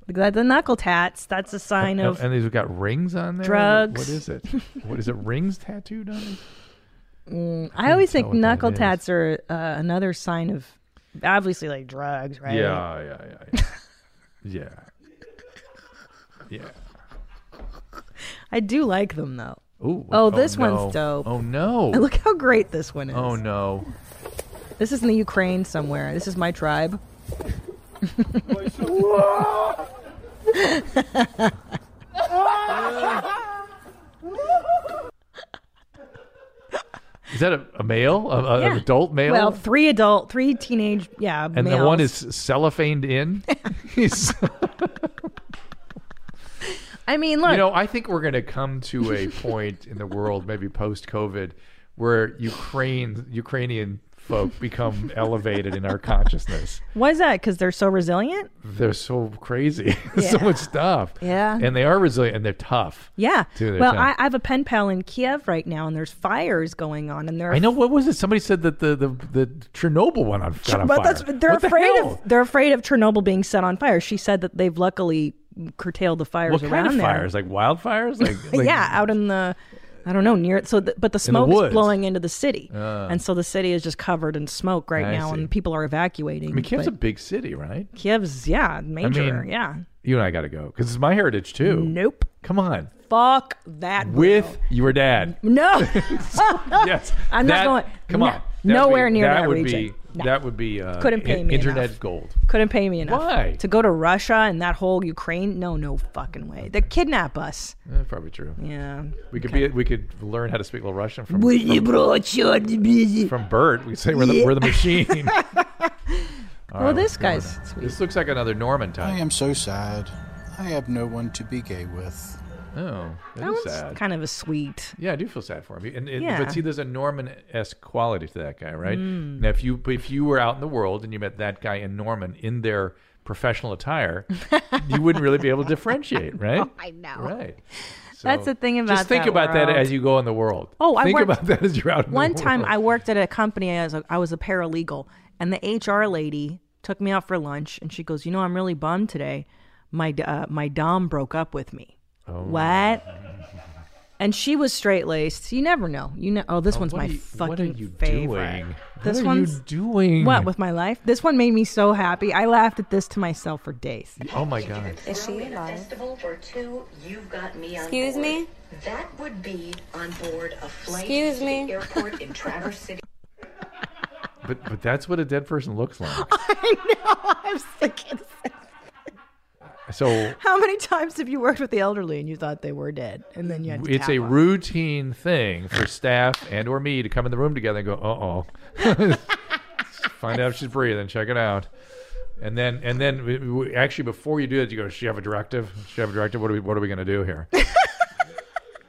[SPEAKER 2] The, the knuckle tats. That's a sign
[SPEAKER 1] And,
[SPEAKER 2] of.
[SPEAKER 1] and they've got rings on there.
[SPEAKER 2] Drugs.
[SPEAKER 1] What is it? what is it? Rings tattooed on it?
[SPEAKER 2] Mm, I always think
[SPEAKER 1] what that
[SPEAKER 2] knuckle
[SPEAKER 1] is.
[SPEAKER 2] tats are uh, another sign of, obviously like drugs, *laughs* right?
[SPEAKER 1] Yeah, yeah,
[SPEAKER 2] *laughs*
[SPEAKER 1] yeah, yeah. yeah.
[SPEAKER 2] I do like them though.
[SPEAKER 1] Yeah. Ooh.
[SPEAKER 2] Oh, this
[SPEAKER 1] no.
[SPEAKER 2] one's dope.
[SPEAKER 1] Oh no.
[SPEAKER 2] And *laughs* look how great this one is.
[SPEAKER 1] Oh no.
[SPEAKER 2] This is in the Ukraine somewhere. This is my tribe.
[SPEAKER 1] Is that a, a male? A, a- *laughs* An
[SPEAKER 2] Yeah.
[SPEAKER 1] adult male?
[SPEAKER 2] Well, three adult, three teenage, yeah.
[SPEAKER 1] and the one
[SPEAKER 2] males.
[SPEAKER 1] is cellophaned
[SPEAKER 2] *laughs*
[SPEAKER 1] in. He's-
[SPEAKER 2] I mean, look.
[SPEAKER 1] You know, I think we're going to come to a point in the world, maybe post COVID, where Ukraine Ukrainian folk become elevated in our consciousness.
[SPEAKER 2] why is that? Because they're so resilient.
[SPEAKER 1] They're so crazy, *laughs* so
[SPEAKER 2] Yeah.
[SPEAKER 1] much stuff.
[SPEAKER 2] Yeah.
[SPEAKER 1] and they are resilient and they're tough.
[SPEAKER 2] Yeah.
[SPEAKER 1] Dude, they're
[SPEAKER 2] well, I,
[SPEAKER 1] tough.
[SPEAKER 2] I have a pen pal in Kiev right now, and there's fires going on, and they're
[SPEAKER 1] I know what was it? Somebody said that the the, the Chernobyl one on, got on
[SPEAKER 2] but
[SPEAKER 1] fire.
[SPEAKER 2] that's they're
[SPEAKER 1] What the
[SPEAKER 2] afraid
[SPEAKER 1] hell?
[SPEAKER 2] of they're afraid of Chernobyl being set on fire. She said that they've luckily curtailed the fires
[SPEAKER 1] what
[SPEAKER 2] around
[SPEAKER 1] kind of
[SPEAKER 2] there.
[SPEAKER 1] fires? Like wildfires? Like, like
[SPEAKER 2] *laughs* yeah, out in the I don't know near it. So, the, but the smoke is
[SPEAKER 1] woods. Ah.
[SPEAKER 2] blowing into the city, and so the city is just covered in smoke right
[SPEAKER 1] I
[SPEAKER 2] now,
[SPEAKER 1] see.
[SPEAKER 2] and people are evacuating.
[SPEAKER 1] I mean, Kiev's a
[SPEAKER 2] but
[SPEAKER 1] big city, right?
[SPEAKER 2] Kiev's yeah major
[SPEAKER 1] mean-
[SPEAKER 2] yeah.
[SPEAKER 1] You and I got to go because it's my heritage too.
[SPEAKER 2] Nope,
[SPEAKER 1] Come on,
[SPEAKER 2] fuck that.
[SPEAKER 1] with your dad. *laughs*
[SPEAKER 2] no,
[SPEAKER 1] yes.
[SPEAKER 2] *laughs* I'm
[SPEAKER 1] That-
[SPEAKER 2] not going.
[SPEAKER 1] Come
[SPEAKER 2] no,
[SPEAKER 1] on. That would
[SPEAKER 2] nowhere
[SPEAKER 1] be-
[SPEAKER 2] near that,
[SPEAKER 1] would
[SPEAKER 2] region.
[SPEAKER 1] Be, That would be uh,
[SPEAKER 2] Couldn't pay
[SPEAKER 1] in-
[SPEAKER 2] me
[SPEAKER 1] internet
[SPEAKER 2] enough.
[SPEAKER 1] gold.
[SPEAKER 2] Couldn't pay me enough.
[SPEAKER 1] Why?
[SPEAKER 2] To go to Russia and that whole Ukraine? No, no fucking way. They kidnap us.
[SPEAKER 1] Eh, probably true.
[SPEAKER 2] Yeah.
[SPEAKER 1] We could be we could learn how to speak a little Russian from from Bert. We could say we're the, we're the
[SPEAKER 2] *laughs*
[SPEAKER 1] machine.
[SPEAKER 2] well, this guy's sweet.
[SPEAKER 1] this looks like another Norman
[SPEAKER 10] I
[SPEAKER 1] type.
[SPEAKER 10] am so sad. I have no one to be gay with.
[SPEAKER 1] Oh, that
[SPEAKER 2] That
[SPEAKER 1] is
[SPEAKER 2] one's
[SPEAKER 1] sad.
[SPEAKER 2] kind of a sweet.
[SPEAKER 1] Yeah, I do feel sad for him. And, and-
[SPEAKER 2] Yeah. Mm.
[SPEAKER 1] But see, there's a Norman esque quality to that guy, right? Now, if you if you were out in the world and you met that guy and Norman in their professional
[SPEAKER 2] *laughs*
[SPEAKER 1] attire, you wouldn't really be able to differentiate, right? I know. Right.
[SPEAKER 2] *laughs* That's
[SPEAKER 1] So
[SPEAKER 2] the thing about
[SPEAKER 1] just think
[SPEAKER 2] that
[SPEAKER 1] about that
[SPEAKER 2] world.
[SPEAKER 1] as you go in the world.
[SPEAKER 2] Oh, I
[SPEAKER 1] think
[SPEAKER 2] worked-
[SPEAKER 1] about that as you're out. In
[SPEAKER 2] One
[SPEAKER 1] the
[SPEAKER 2] time
[SPEAKER 1] world.
[SPEAKER 2] I worked at a company as a, I was a paralegal, and the HR lady took me out for lunch, and she goes, "You know, I'm really bummed today. My uh, my dom broke up with me.
[SPEAKER 1] Oh
[SPEAKER 2] What?" And she was straight laced. You never know. You know. Oh, this one's
[SPEAKER 1] Uh, what
[SPEAKER 2] my
[SPEAKER 1] are you-
[SPEAKER 2] fucking
[SPEAKER 1] what are you
[SPEAKER 2] favorite.
[SPEAKER 1] doing?
[SPEAKER 2] This
[SPEAKER 1] what are
[SPEAKER 2] one's
[SPEAKER 1] you doing?
[SPEAKER 2] what with my life. This one made me so happy. I laughed at this to myself for days.
[SPEAKER 1] Oh my god!
[SPEAKER 11] Is she alive? Festival for two, you've got me on Excuse me? That would be on board a flight Excuse me. airport in Traverse
[SPEAKER 2] *laughs*
[SPEAKER 11] City.
[SPEAKER 1] But but that's what a dead person looks
[SPEAKER 2] *laughs*
[SPEAKER 1] like.
[SPEAKER 2] I know. I'm sick. of this.
[SPEAKER 1] So
[SPEAKER 2] How many times have you worked with the elderly and you thought they were dead, and then you had to
[SPEAKER 1] it's
[SPEAKER 2] tap
[SPEAKER 1] a
[SPEAKER 2] on-
[SPEAKER 1] routine thing for staff and or me to come in the room together and go, uh oh, *laughs* find out if she's breathing, check it out, and then and then we, we- actually before you do that, you go, does she have a directive? Does she have a directive? What are we what are we gonna do
[SPEAKER 2] *laughs*
[SPEAKER 1] here?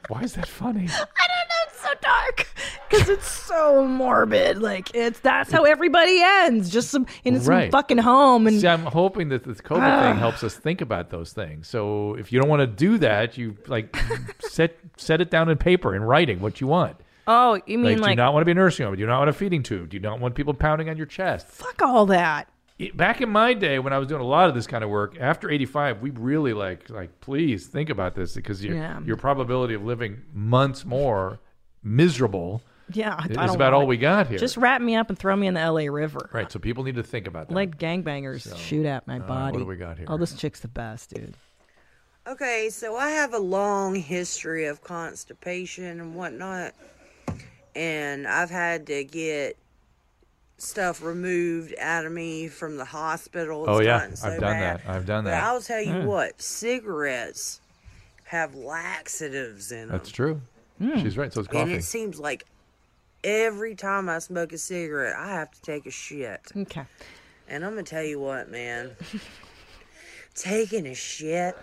[SPEAKER 1] Why is that funny?
[SPEAKER 2] I don't know. It's so dark because it's so morbid. Like it's that's how everybody ends. Just some in some
[SPEAKER 1] Right.
[SPEAKER 2] fucking home and
[SPEAKER 1] See, I'm hoping that this COVID
[SPEAKER 2] Ah.
[SPEAKER 1] thing helps us think about those things. So if you don't want to do that, you like set set it down in paper in writing what you want.
[SPEAKER 2] oh, you
[SPEAKER 1] Like,
[SPEAKER 2] mean
[SPEAKER 1] do you
[SPEAKER 2] like,
[SPEAKER 1] not want to be a nursing home? Do you not want a feeding tube? Do you not want people pounding on your chest?
[SPEAKER 2] fuck all that.
[SPEAKER 1] it- back in my day when I was doing a lot of this kind of work, after 85, we really like like please think about this because your
[SPEAKER 2] Yeah.
[SPEAKER 1] your probability of living months more miserable
[SPEAKER 2] Yeah, I, I
[SPEAKER 1] is
[SPEAKER 2] don't
[SPEAKER 1] about
[SPEAKER 2] want
[SPEAKER 1] all
[SPEAKER 2] it.
[SPEAKER 1] we got here.
[SPEAKER 2] Just wrap me up and throw me in the L.A. River.
[SPEAKER 1] right, so people need to think about that. uh,
[SPEAKER 2] Let gangbangers shoot at my body.
[SPEAKER 1] do we got here?
[SPEAKER 2] Oh, this chick's the best, dude.
[SPEAKER 11] Okay, so I have a long history of constipation and whatnot, and I've had to get stuff removed out of me from the hospital.
[SPEAKER 1] oh
[SPEAKER 11] It's
[SPEAKER 1] yeah,
[SPEAKER 11] gotten so
[SPEAKER 1] I've done
[SPEAKER 11] bad.
[SPEAKER 1] that. I've done
[SPEAKER 11] But
[SPEAKER 1] that.
[SPEAKER 11] I'll tell you
[SPEAKER 2] Hmm.
[SPEAKER 11] what, cigarettes have laxatives in them.
[SPEAKER 1] That's true.
[SPEAKER 2] Hmm.
[SPEAKER 1] She's right. So it's
[SPEAKER 11] and
[SPEAKER 1] coffee.
[SPEAKER 11] it seems like every time I smoke a cigarette, I have to take a shit.
[SPEAKER 2] Okay.
[SPEAKER 11] And I'm gonna tell you what, man. Taking a shit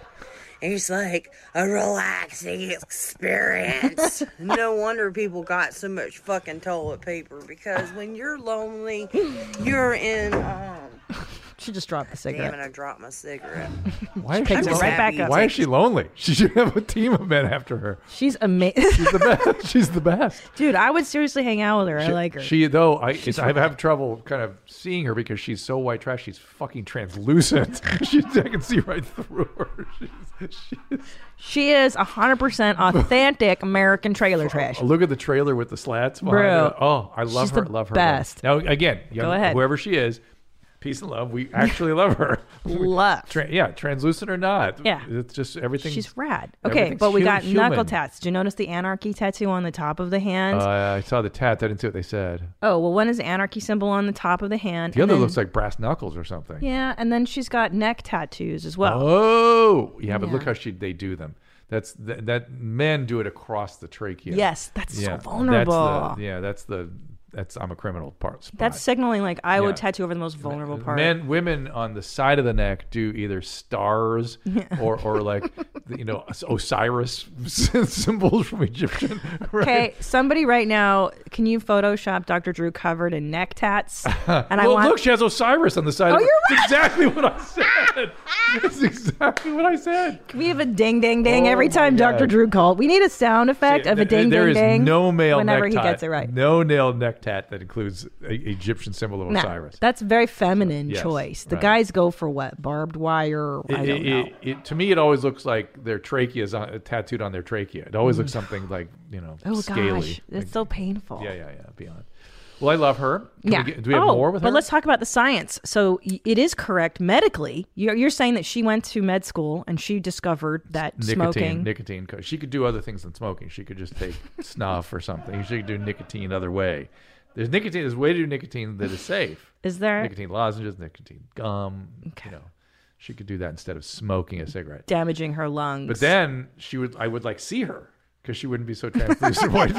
[SPEAKER 11] is like a relaxing experience. no wonder people got so much fucking toilet paper because when you're lonely, you're in um
[SPEAKER 2] She just dropped the cigarette.
[SPEAKER 11] Damn it, I dropped my cigarette.
[SPEAKER 1] *laughs* Why
[SPEAKER 2] she
[SPEAKER 1] is
[SPEAKER 2] picks
[SPEAKER 1] she
[SPEAKER 2] it right back
[SPEAKER 1] lonely?
[SPEAKER 2] up.
[SPEAKER 1] Why is she lonely? *laughs* She should have a team of men after her.
[SPEAKER 2] She's amazing. She's
[SPEAKER 1] the best. *laughs* She's the best.
[SPEAKER 2] Dude, I would seriously hang out with her. I
[SPEAKER 1] She-
[SPEAKER 2] like her.
[SPEAKER 1] She though I it's, I have trouble kind of seeing her because she's so white trash. She's fucking translucent. *laughs* she, I can see right through her. She's, she's,
[SPEAKER 2] She is
[SPEAKER 1] *laughs*
[SPEAKER 2] 100% authentic American trailer trash.
[SPEAKER 1] look at the trailer with the slats. behind
[SPEAKER 2] Bro,
[SPEAKER 1] her. Oh, I love
[SPEAKER 2] she's
[SPEAKER 1] her.
[SPEAKER 2] the
[SPEAKER 1] love her.
[SPEAKER 2] best.
[SPEAKER 1] Now again, young,
[SPEAKER 2] ahead.
[SPEAKER 1] whoever she is, peace and love. We actually love her.
[SPEAKER 2] *laughs* Love.
[SPEAKER 1] Tra- yeah, translucent or not.
[SPEAKER 2] Yeah.
[SPEAKER 1] it's just everything.
[SPEAKER 2] She's rad. Okay, but we got knuckle tats. Did you notice the anarchy tattoo on the top of the hand?
[SPEAKER 1] Uh, I saw the tats. I didn't see what they said.
[SPEAKER 2] oh, well, one is the anarchy symbol on the top of the hand.
[SPEAKER 1] The
[SPEAKER 2] and
[SPEAKER 1] other
[SPEAKER 2] then-
[SPEAKER 1] looks like brass knuckles or something.
[SPEAKER 2] Yeah, and then she's got neck tattoos as well.
[SPEAKER 1] Oh, yeah, but look
[SPEAKER 2] Yeah.
[SPEAKER 1] how she they do them. That's th- that men do it across the trachea.
[SPEAKER 2] Yes, that's so
[SPEAKER 1] the-
[SPEAKER 2] vulnerable.
[SPEAKER 1] yeah, that's the that's I'm a criminal part. spot.
[SPEAKER 2] That's signaling like I
[SPEAKER 1] Yeah. uh,
[SPEAKER 2] would tattoo over the most vulnerable part.
[SPEAKER 1] Men, women on the side of the neck do either
[SPEAKER 2] *laughs*
[SPEAKER 1] stars or or like you know Osiris *laughs* symbols from Egyptian. *laughs* Right?
[SPEAKER 2] Okay, somebody right now, can you Photoshop Dr. Drew covered in
[SPEAKER 1] *laughs*
[SPEAKER 2] neck tats? *laughs* And I
[SPEAKER 1] well,
[SPEAKER 2] want
[SPEAKER 1] look, she has Osiris on the side.
[SPEAKER 2] Oh,
[SPEAKER 1] of her.
[SPEAKER 2] you're
[SPEAKER 1] That's exactly what I said. That's exactly what I said.
[SPEAKER 2] we have a ding ding ding
[SPEAKER 1] Oh
[SPEAKER 2] every
[SPEAKER 1] my
[SPEAKER 2] time Dr.
[SPEAKER 1] God.
[SPEAKER 2] Drew called. We need a sound effect of a
[SPEAKER 1] Th- th-
[SPEAKER 2] ding
[SPEAKER 1] there is
[SPEAKER 2] ding ding.
[SPEAKER 1] no male
[SPEAKER 2] whenever
[SPEAKER 1] necktie,
[SPEAKER 2] he gets it right.
[SPEAKER 1] No nail neck tat that includes a, Egyptian symbol of
[SPEAKER 2] No,
[SPEAKER 1] Osiris.
[SPEAKER 2] that's a very feminine
[SPEAKER 1] Yes,
[SPEAKER 2] choice. The
[SPEAKER 1] right.
[SPEAKER 2] guys go for what barbed wire.
[SPEAKER 1] It-
[SPEAKER 2] I don't
[SPEAKER 1] it-
[SPEAKER 2] know.
[SPEAKER 1] it- it- to me, it always looks like their trachea is on, tattooed on their trachea. It always looks something like you know
[SPEAKER 2] Mm. oh
[SPEAKER 1] scaly.
[SPEAKER 2] gosh,
[SPEAKER 1] Like-
[SPEAKER 2] it's so painful.
[SPEAKER 1] yeah, yeah, yeah. Beyond. Well, I love her. Can
[SPEAKER 2] yeah.
[SPEAKER 1] We get, do we have
[SPEAKER 2] oh,
[SPEAKER 1] more with
[SPEAKER 2] but
[SPEAKER 1] her?
[SPEAKER 2] let's talk about the science. So y- it is correct medically. You're, you're saying that she went to med school and she discovered that
[SPEAKER 1] Nicotine,
[SPEAKER 2] smoking.
[SPEAKER 1] nicotine. co- She could do other things than smoking. She could just
[SPEAKER 2] *laughs*
[SPEAKER 1] take snuff or something. She could do nicotine another way. There's nicotine. There's a way to do nicotine that is safe.
[SPEAKER 2] Is there?
[SPEAKER 1] nicotine lozenges, nicotine gum? You know, she could do that instead of smoking a cigarette.
[SPEAKER 2] damaging her lungs.
[SPEAKER 1] But then she would. I would like see her because she wouldn't be so *laughs* translucent white,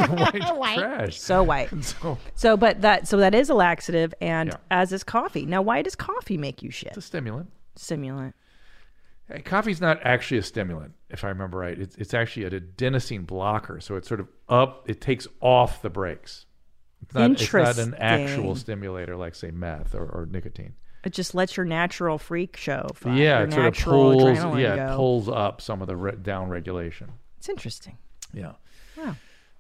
[SPEAKER 2] *laughs*
[SPEAKER 1] white, trash.
[SPEAKER 2] So white.
[SPEAKER 1] So
[SPEAKER 2] So, but that so that is a laxative, and
[SPEAKER 1] Yeah.
[SPEAKER 2] as is coffee. Now, why does coffee make you shit?
[SPEAKER 1] it's a stimulant.
[SPEAKER 2] Stimulant.
[SPEAKER 1] Hey, coffee's not actually a stimulant, if I remember right. It's, it's actually an adenosine blocker, so it's sort of up. It takes off the brakes. It's not, it's not an actual
[SPEAKER 2] Interesting.
[SPEAKER 1] stimulator like say meth or, or nicotine.
[SPEAKER 2] It just lets your natural freak show. Fuck,
[SPEAKER 1] yeah,
[SPEAKER 2] your
[SPEAKER 1] it sort of
[SPEAKER 2] natural
[SPEAKER 1] pulls.
[SPEAKER 2] adrenaline
[SPEAKER 1] Yeah, it
[SPEAKER 2] go. *laughs*
[SPEAKER 1] pulls up some of the re- down regulation.
[SPEAKER 2] It's interesting.
[SPEAKER 1] Yeah.
[SPEAKER 2] Wow.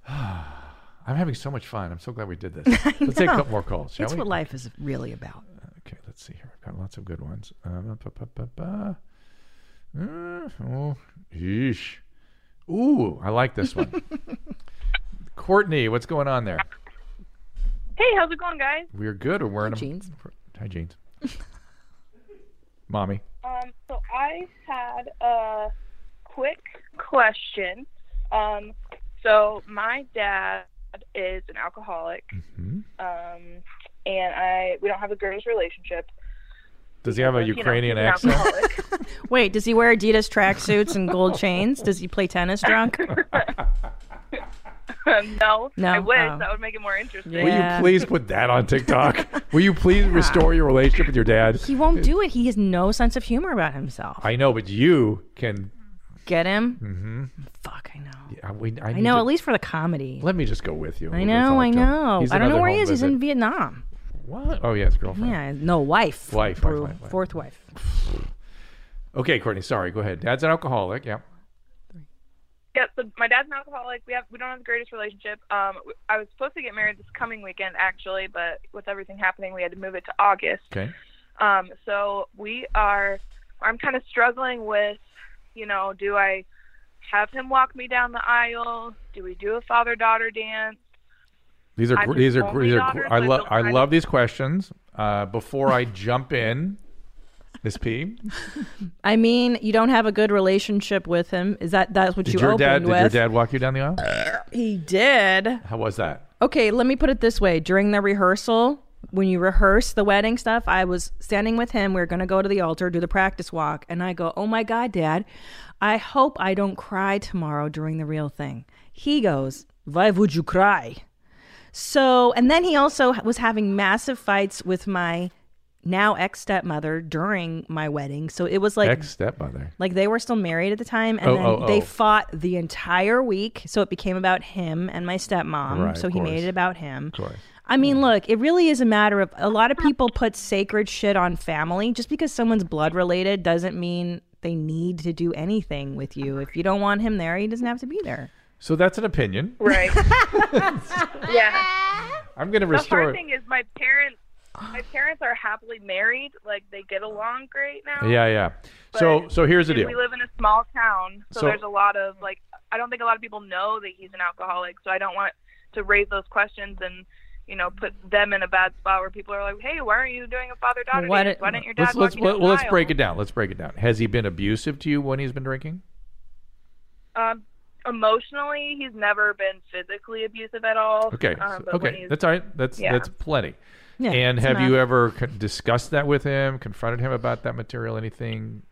[SPEAKER 1] *sighs* I'm having so much fun. I'm so glad we did
[SPEAKER 2] *laughs*
[SPEAKER 1] this. Let's take a
[SPEAKER 2] No.
[SPEAKER 1] couple more calls, shall
[SPEAKER 2] That's
[SPEAKER 1] we?
[SPEAKER 2] what life is really about.
[SPEAKER 1] Okay, let's see here. I've got lots of good ones. Uh, ba, ba, ba, ba. Uh, oh, yeesh. Ooh, I like this one. Courtney, what's going on there?
[SPEAKER 6] Hey, how's it going, guys?
[SPEAKER 1] We're good or wearing
[SPEAKER 6] Hi,
[SPEAKER 1] them-
[SPEAKER 6] jeans.
[SPEAKER 1] Hi, jeans. Mommy.
[SPEAKER 6] Um, so I had a quick question. Um, so my dad is an alcoholic,
[SPEAKER 12] Hmm?
[SPEAKER 6] um, and I we don't have the greatest relationship.
[SPEAKER 1] Does he have a
[SPEAKER 6] You know,
[SPEAKER 1] Ukrainian
[SPEAKER 6] he's an *laughs*
[SPEAKER 1] accent?
[SPEAKER 6] alcoholic.
[SPEAKER 2] Wait, does he wear Adidas tracksuits and gold chains? Does he play tennis drunk?
[SPEAKER 6] *laughs* no,
[SPEAKER 2] No?
[SPEAKER 6] I wish
[SPEAKER 2] Oh.
[SPEAKER 6] that would make it more interesting.
[SPEAKER 1] Will you please put that on
[SPEAKER 6] *laughs*
[SPEAKER 1] TikTok? Will you please restore your relationship with your dad?
[SPEAKER 2] He won't do it. He has no sense of humor about himself.
[SPEAKER 1] I know, but you can.
[SPEAKER 2] Get him?
[SPEAKER 1] Mm-hmm.
[SPEAKER 2] Fuck, I know.
[SPEAKER 1] Yeah, we, I,
[SPEAKER 2] I
[SPEAKER 1] need
[SPEAKER 2] know,
[SPEAKER 1] to-
[SPEAKER 2] at least for the comedy.
[SPEAKER 1] Let me just go with you.
[SPEAKER 2] I
[SPEAKER 1] We'll just
[SPEAKER 2] know,
[SPEAKER 1] talk to
[SPEAKER 2] I
[SPEAKER 1] him.
[SPEAKER 2] know.
[SPEAKER 1] He's
[SPEAKER 2] I don't know
[SPEAKER 1] another
[SPEAKER 2] where he
[SPEAKER 1] home
[SPEAKER 2] is. He's
[SPEAKER 1] visit.
[SPEAKER 2] in Vietnam.
[SPEAKER 1] What? Oh, yeah, his girlfriend.
[SPEAKER 2] Yeah, no wife.
[SPEAKER 1] Wife, wife,
[SPEAKER 2] Brew-
[SPEAKER 1] wife, wife.
[SPEAKER 2] Fourth wife.
[SPEAKER 1] Okay, Courtney, sorry. Go ahead. Dad's an alcoholic. Yeah.
[SPEAKER 6] Yeah, so my dad's an alcoholic. We have we don't have the greatest relationship. Um, I was supposed to get married this coming weekend actually, but with everything happening, we had to move it to August.
[SPEAKER 1] Okay.
[SPEAKER 6] Um, so we are, I'm kind of struggling with, you know, do I have him walk me down the aisle? Do we do a father daughter dance?
[SPEAKER 1] These are
[SPEAKER 6] I'm
[SPEAKER 1] gr-
[SPEAKER 6] his
[SPEAKER 1] these are gr-
[SPEAKER 6] only
[SPEAKER 1] these are
[SPEAKER 6] daughter,
[SPEAKER 1] gr-
[SPEAKER 6] so
[SPEAKER 1] I
[SPEAKER 6] I
[SPEAKER 1] love
[SPEAKER 6] don't-
[SPEAKER 1] I
[SPEAKER 6] I
[SPEAKER 1] love these questions. Uh, before I jump in, Miss
[SPEAKER 2] *laughs*
[SPEAKER 1] P,
[SPEAKER 2] I mean, you don't have a good relationship with him. Is that that's what
[SPEAKER 1] did
[SPEAKER 2] you
[SPEAKER 1] your
[SPEAKER 2] opened
[SPEAKER 1] dad did
[SPEAKER 2] with?
[SPEAKER 1] your dad walk you down the aisle?
[SPEAKER 2] He did.
[SPEAKER 1] How was that?
[SPEAKER 2] Okay, let me put it this way. During the rehearsal, when you rehearse the wedding stuff, I was standing with him. We were going to go to the altar, do the practice walk. And I go, Oh my God, Dad, I hope I don't cry tomorrow during the real thing. He goes, Why would you cry? So, and then he also was having massive fights with my now ex stepmother during my wedding. So it was like
[SPEAKER 1] Ex stepmother.
[SPEAKER 2] like they were still married at the time, and
[SPEAKER 1] Oh,
[SPEAKER 2] then
[SPEAKER 1] oh, oh.
[SPEAKER 2] they fought the entire week. So it became about him and my stepmom.
[SPEAKER 1] Right,
[SPEAKER 2] so
[SPEAKER 1] of
[SPEAKER 2] he
[SPEAKER 1] course.
[SPEAKER 2] made it about him.
[SPEAKER 1] Of course.
[SPEAKER 2] I mean, look, it really is a matter of a lot of people put sacred shit on family. Just because someone's blood related doesn't mean they need to do anything with you. If you don't want him there, he doesn't have to be there.
[SPEAKER 1] So that's an opinion.
[SPEAKER 6] Right. yeah.
[SPEAKER 1] I'm going to
[SPEAKER 6] The
[SPEAKER 1] restore
[SPEAKER 6] hard
[SPEAKER 1] it.
[SPEAKER 6] thing is my parents. My parents are happily married. Like they get along great now.
[SPEAKER 1] Yeah, yeah. So,
[SPEAKER 6] but-
[SPEAKER 1] so here's the
[SPEAKER 6] and
[SPEAKER 1] deal.
[SPEAKER 6] We live in a small town, so,
[SPEAKER 1] So-
[SPEAKER 6] there's a lot of like. I don't think a lot of people know that he's an alcoholic, so I don't want to raise those questions and. You know, put them in a bad spot where people are like, "Hey, why aren't you doing a father-daughter
[SPEAKER 2] Why
[SPEAKER 6] dance?
[SPEAKER 2] don't-
[SPEAKER 6] Why didn't your dad?"
[SPEAKER 1] Let's let's
[SPEAKER 6] walk you down
[SPEAKER 1] well, let's
[SPEAKER 6] the
[SPEAKER 1] break it down. Let's break it down. Has he been abusive to you when he's been drinking?
[SPEAKER 6] aisle?" Um, emotionally, he's never been physically abusive at all.
[SPEAKER 1] Okay.
[SPEAKER 6] Um,
[SPEAKER 1] so-
[SPEAKER 6] but when
[SPEAKER 1] okay.
[SPEAKER 6] he's-
[SPEAKER 1] That's all right. That's
[SPEAKER 6] yeah.
[SPEAKER 1] that's plenty.
[SPEAKER 6] Yeah,
[SPEAKER 1] and
[SPEAKER 6] it's
[SPEAKER 1] have you e-
[SPEAKER 6] enough.
[SPEAKER 1] ever con- discussed that with him? Confronted him about that material? Anything?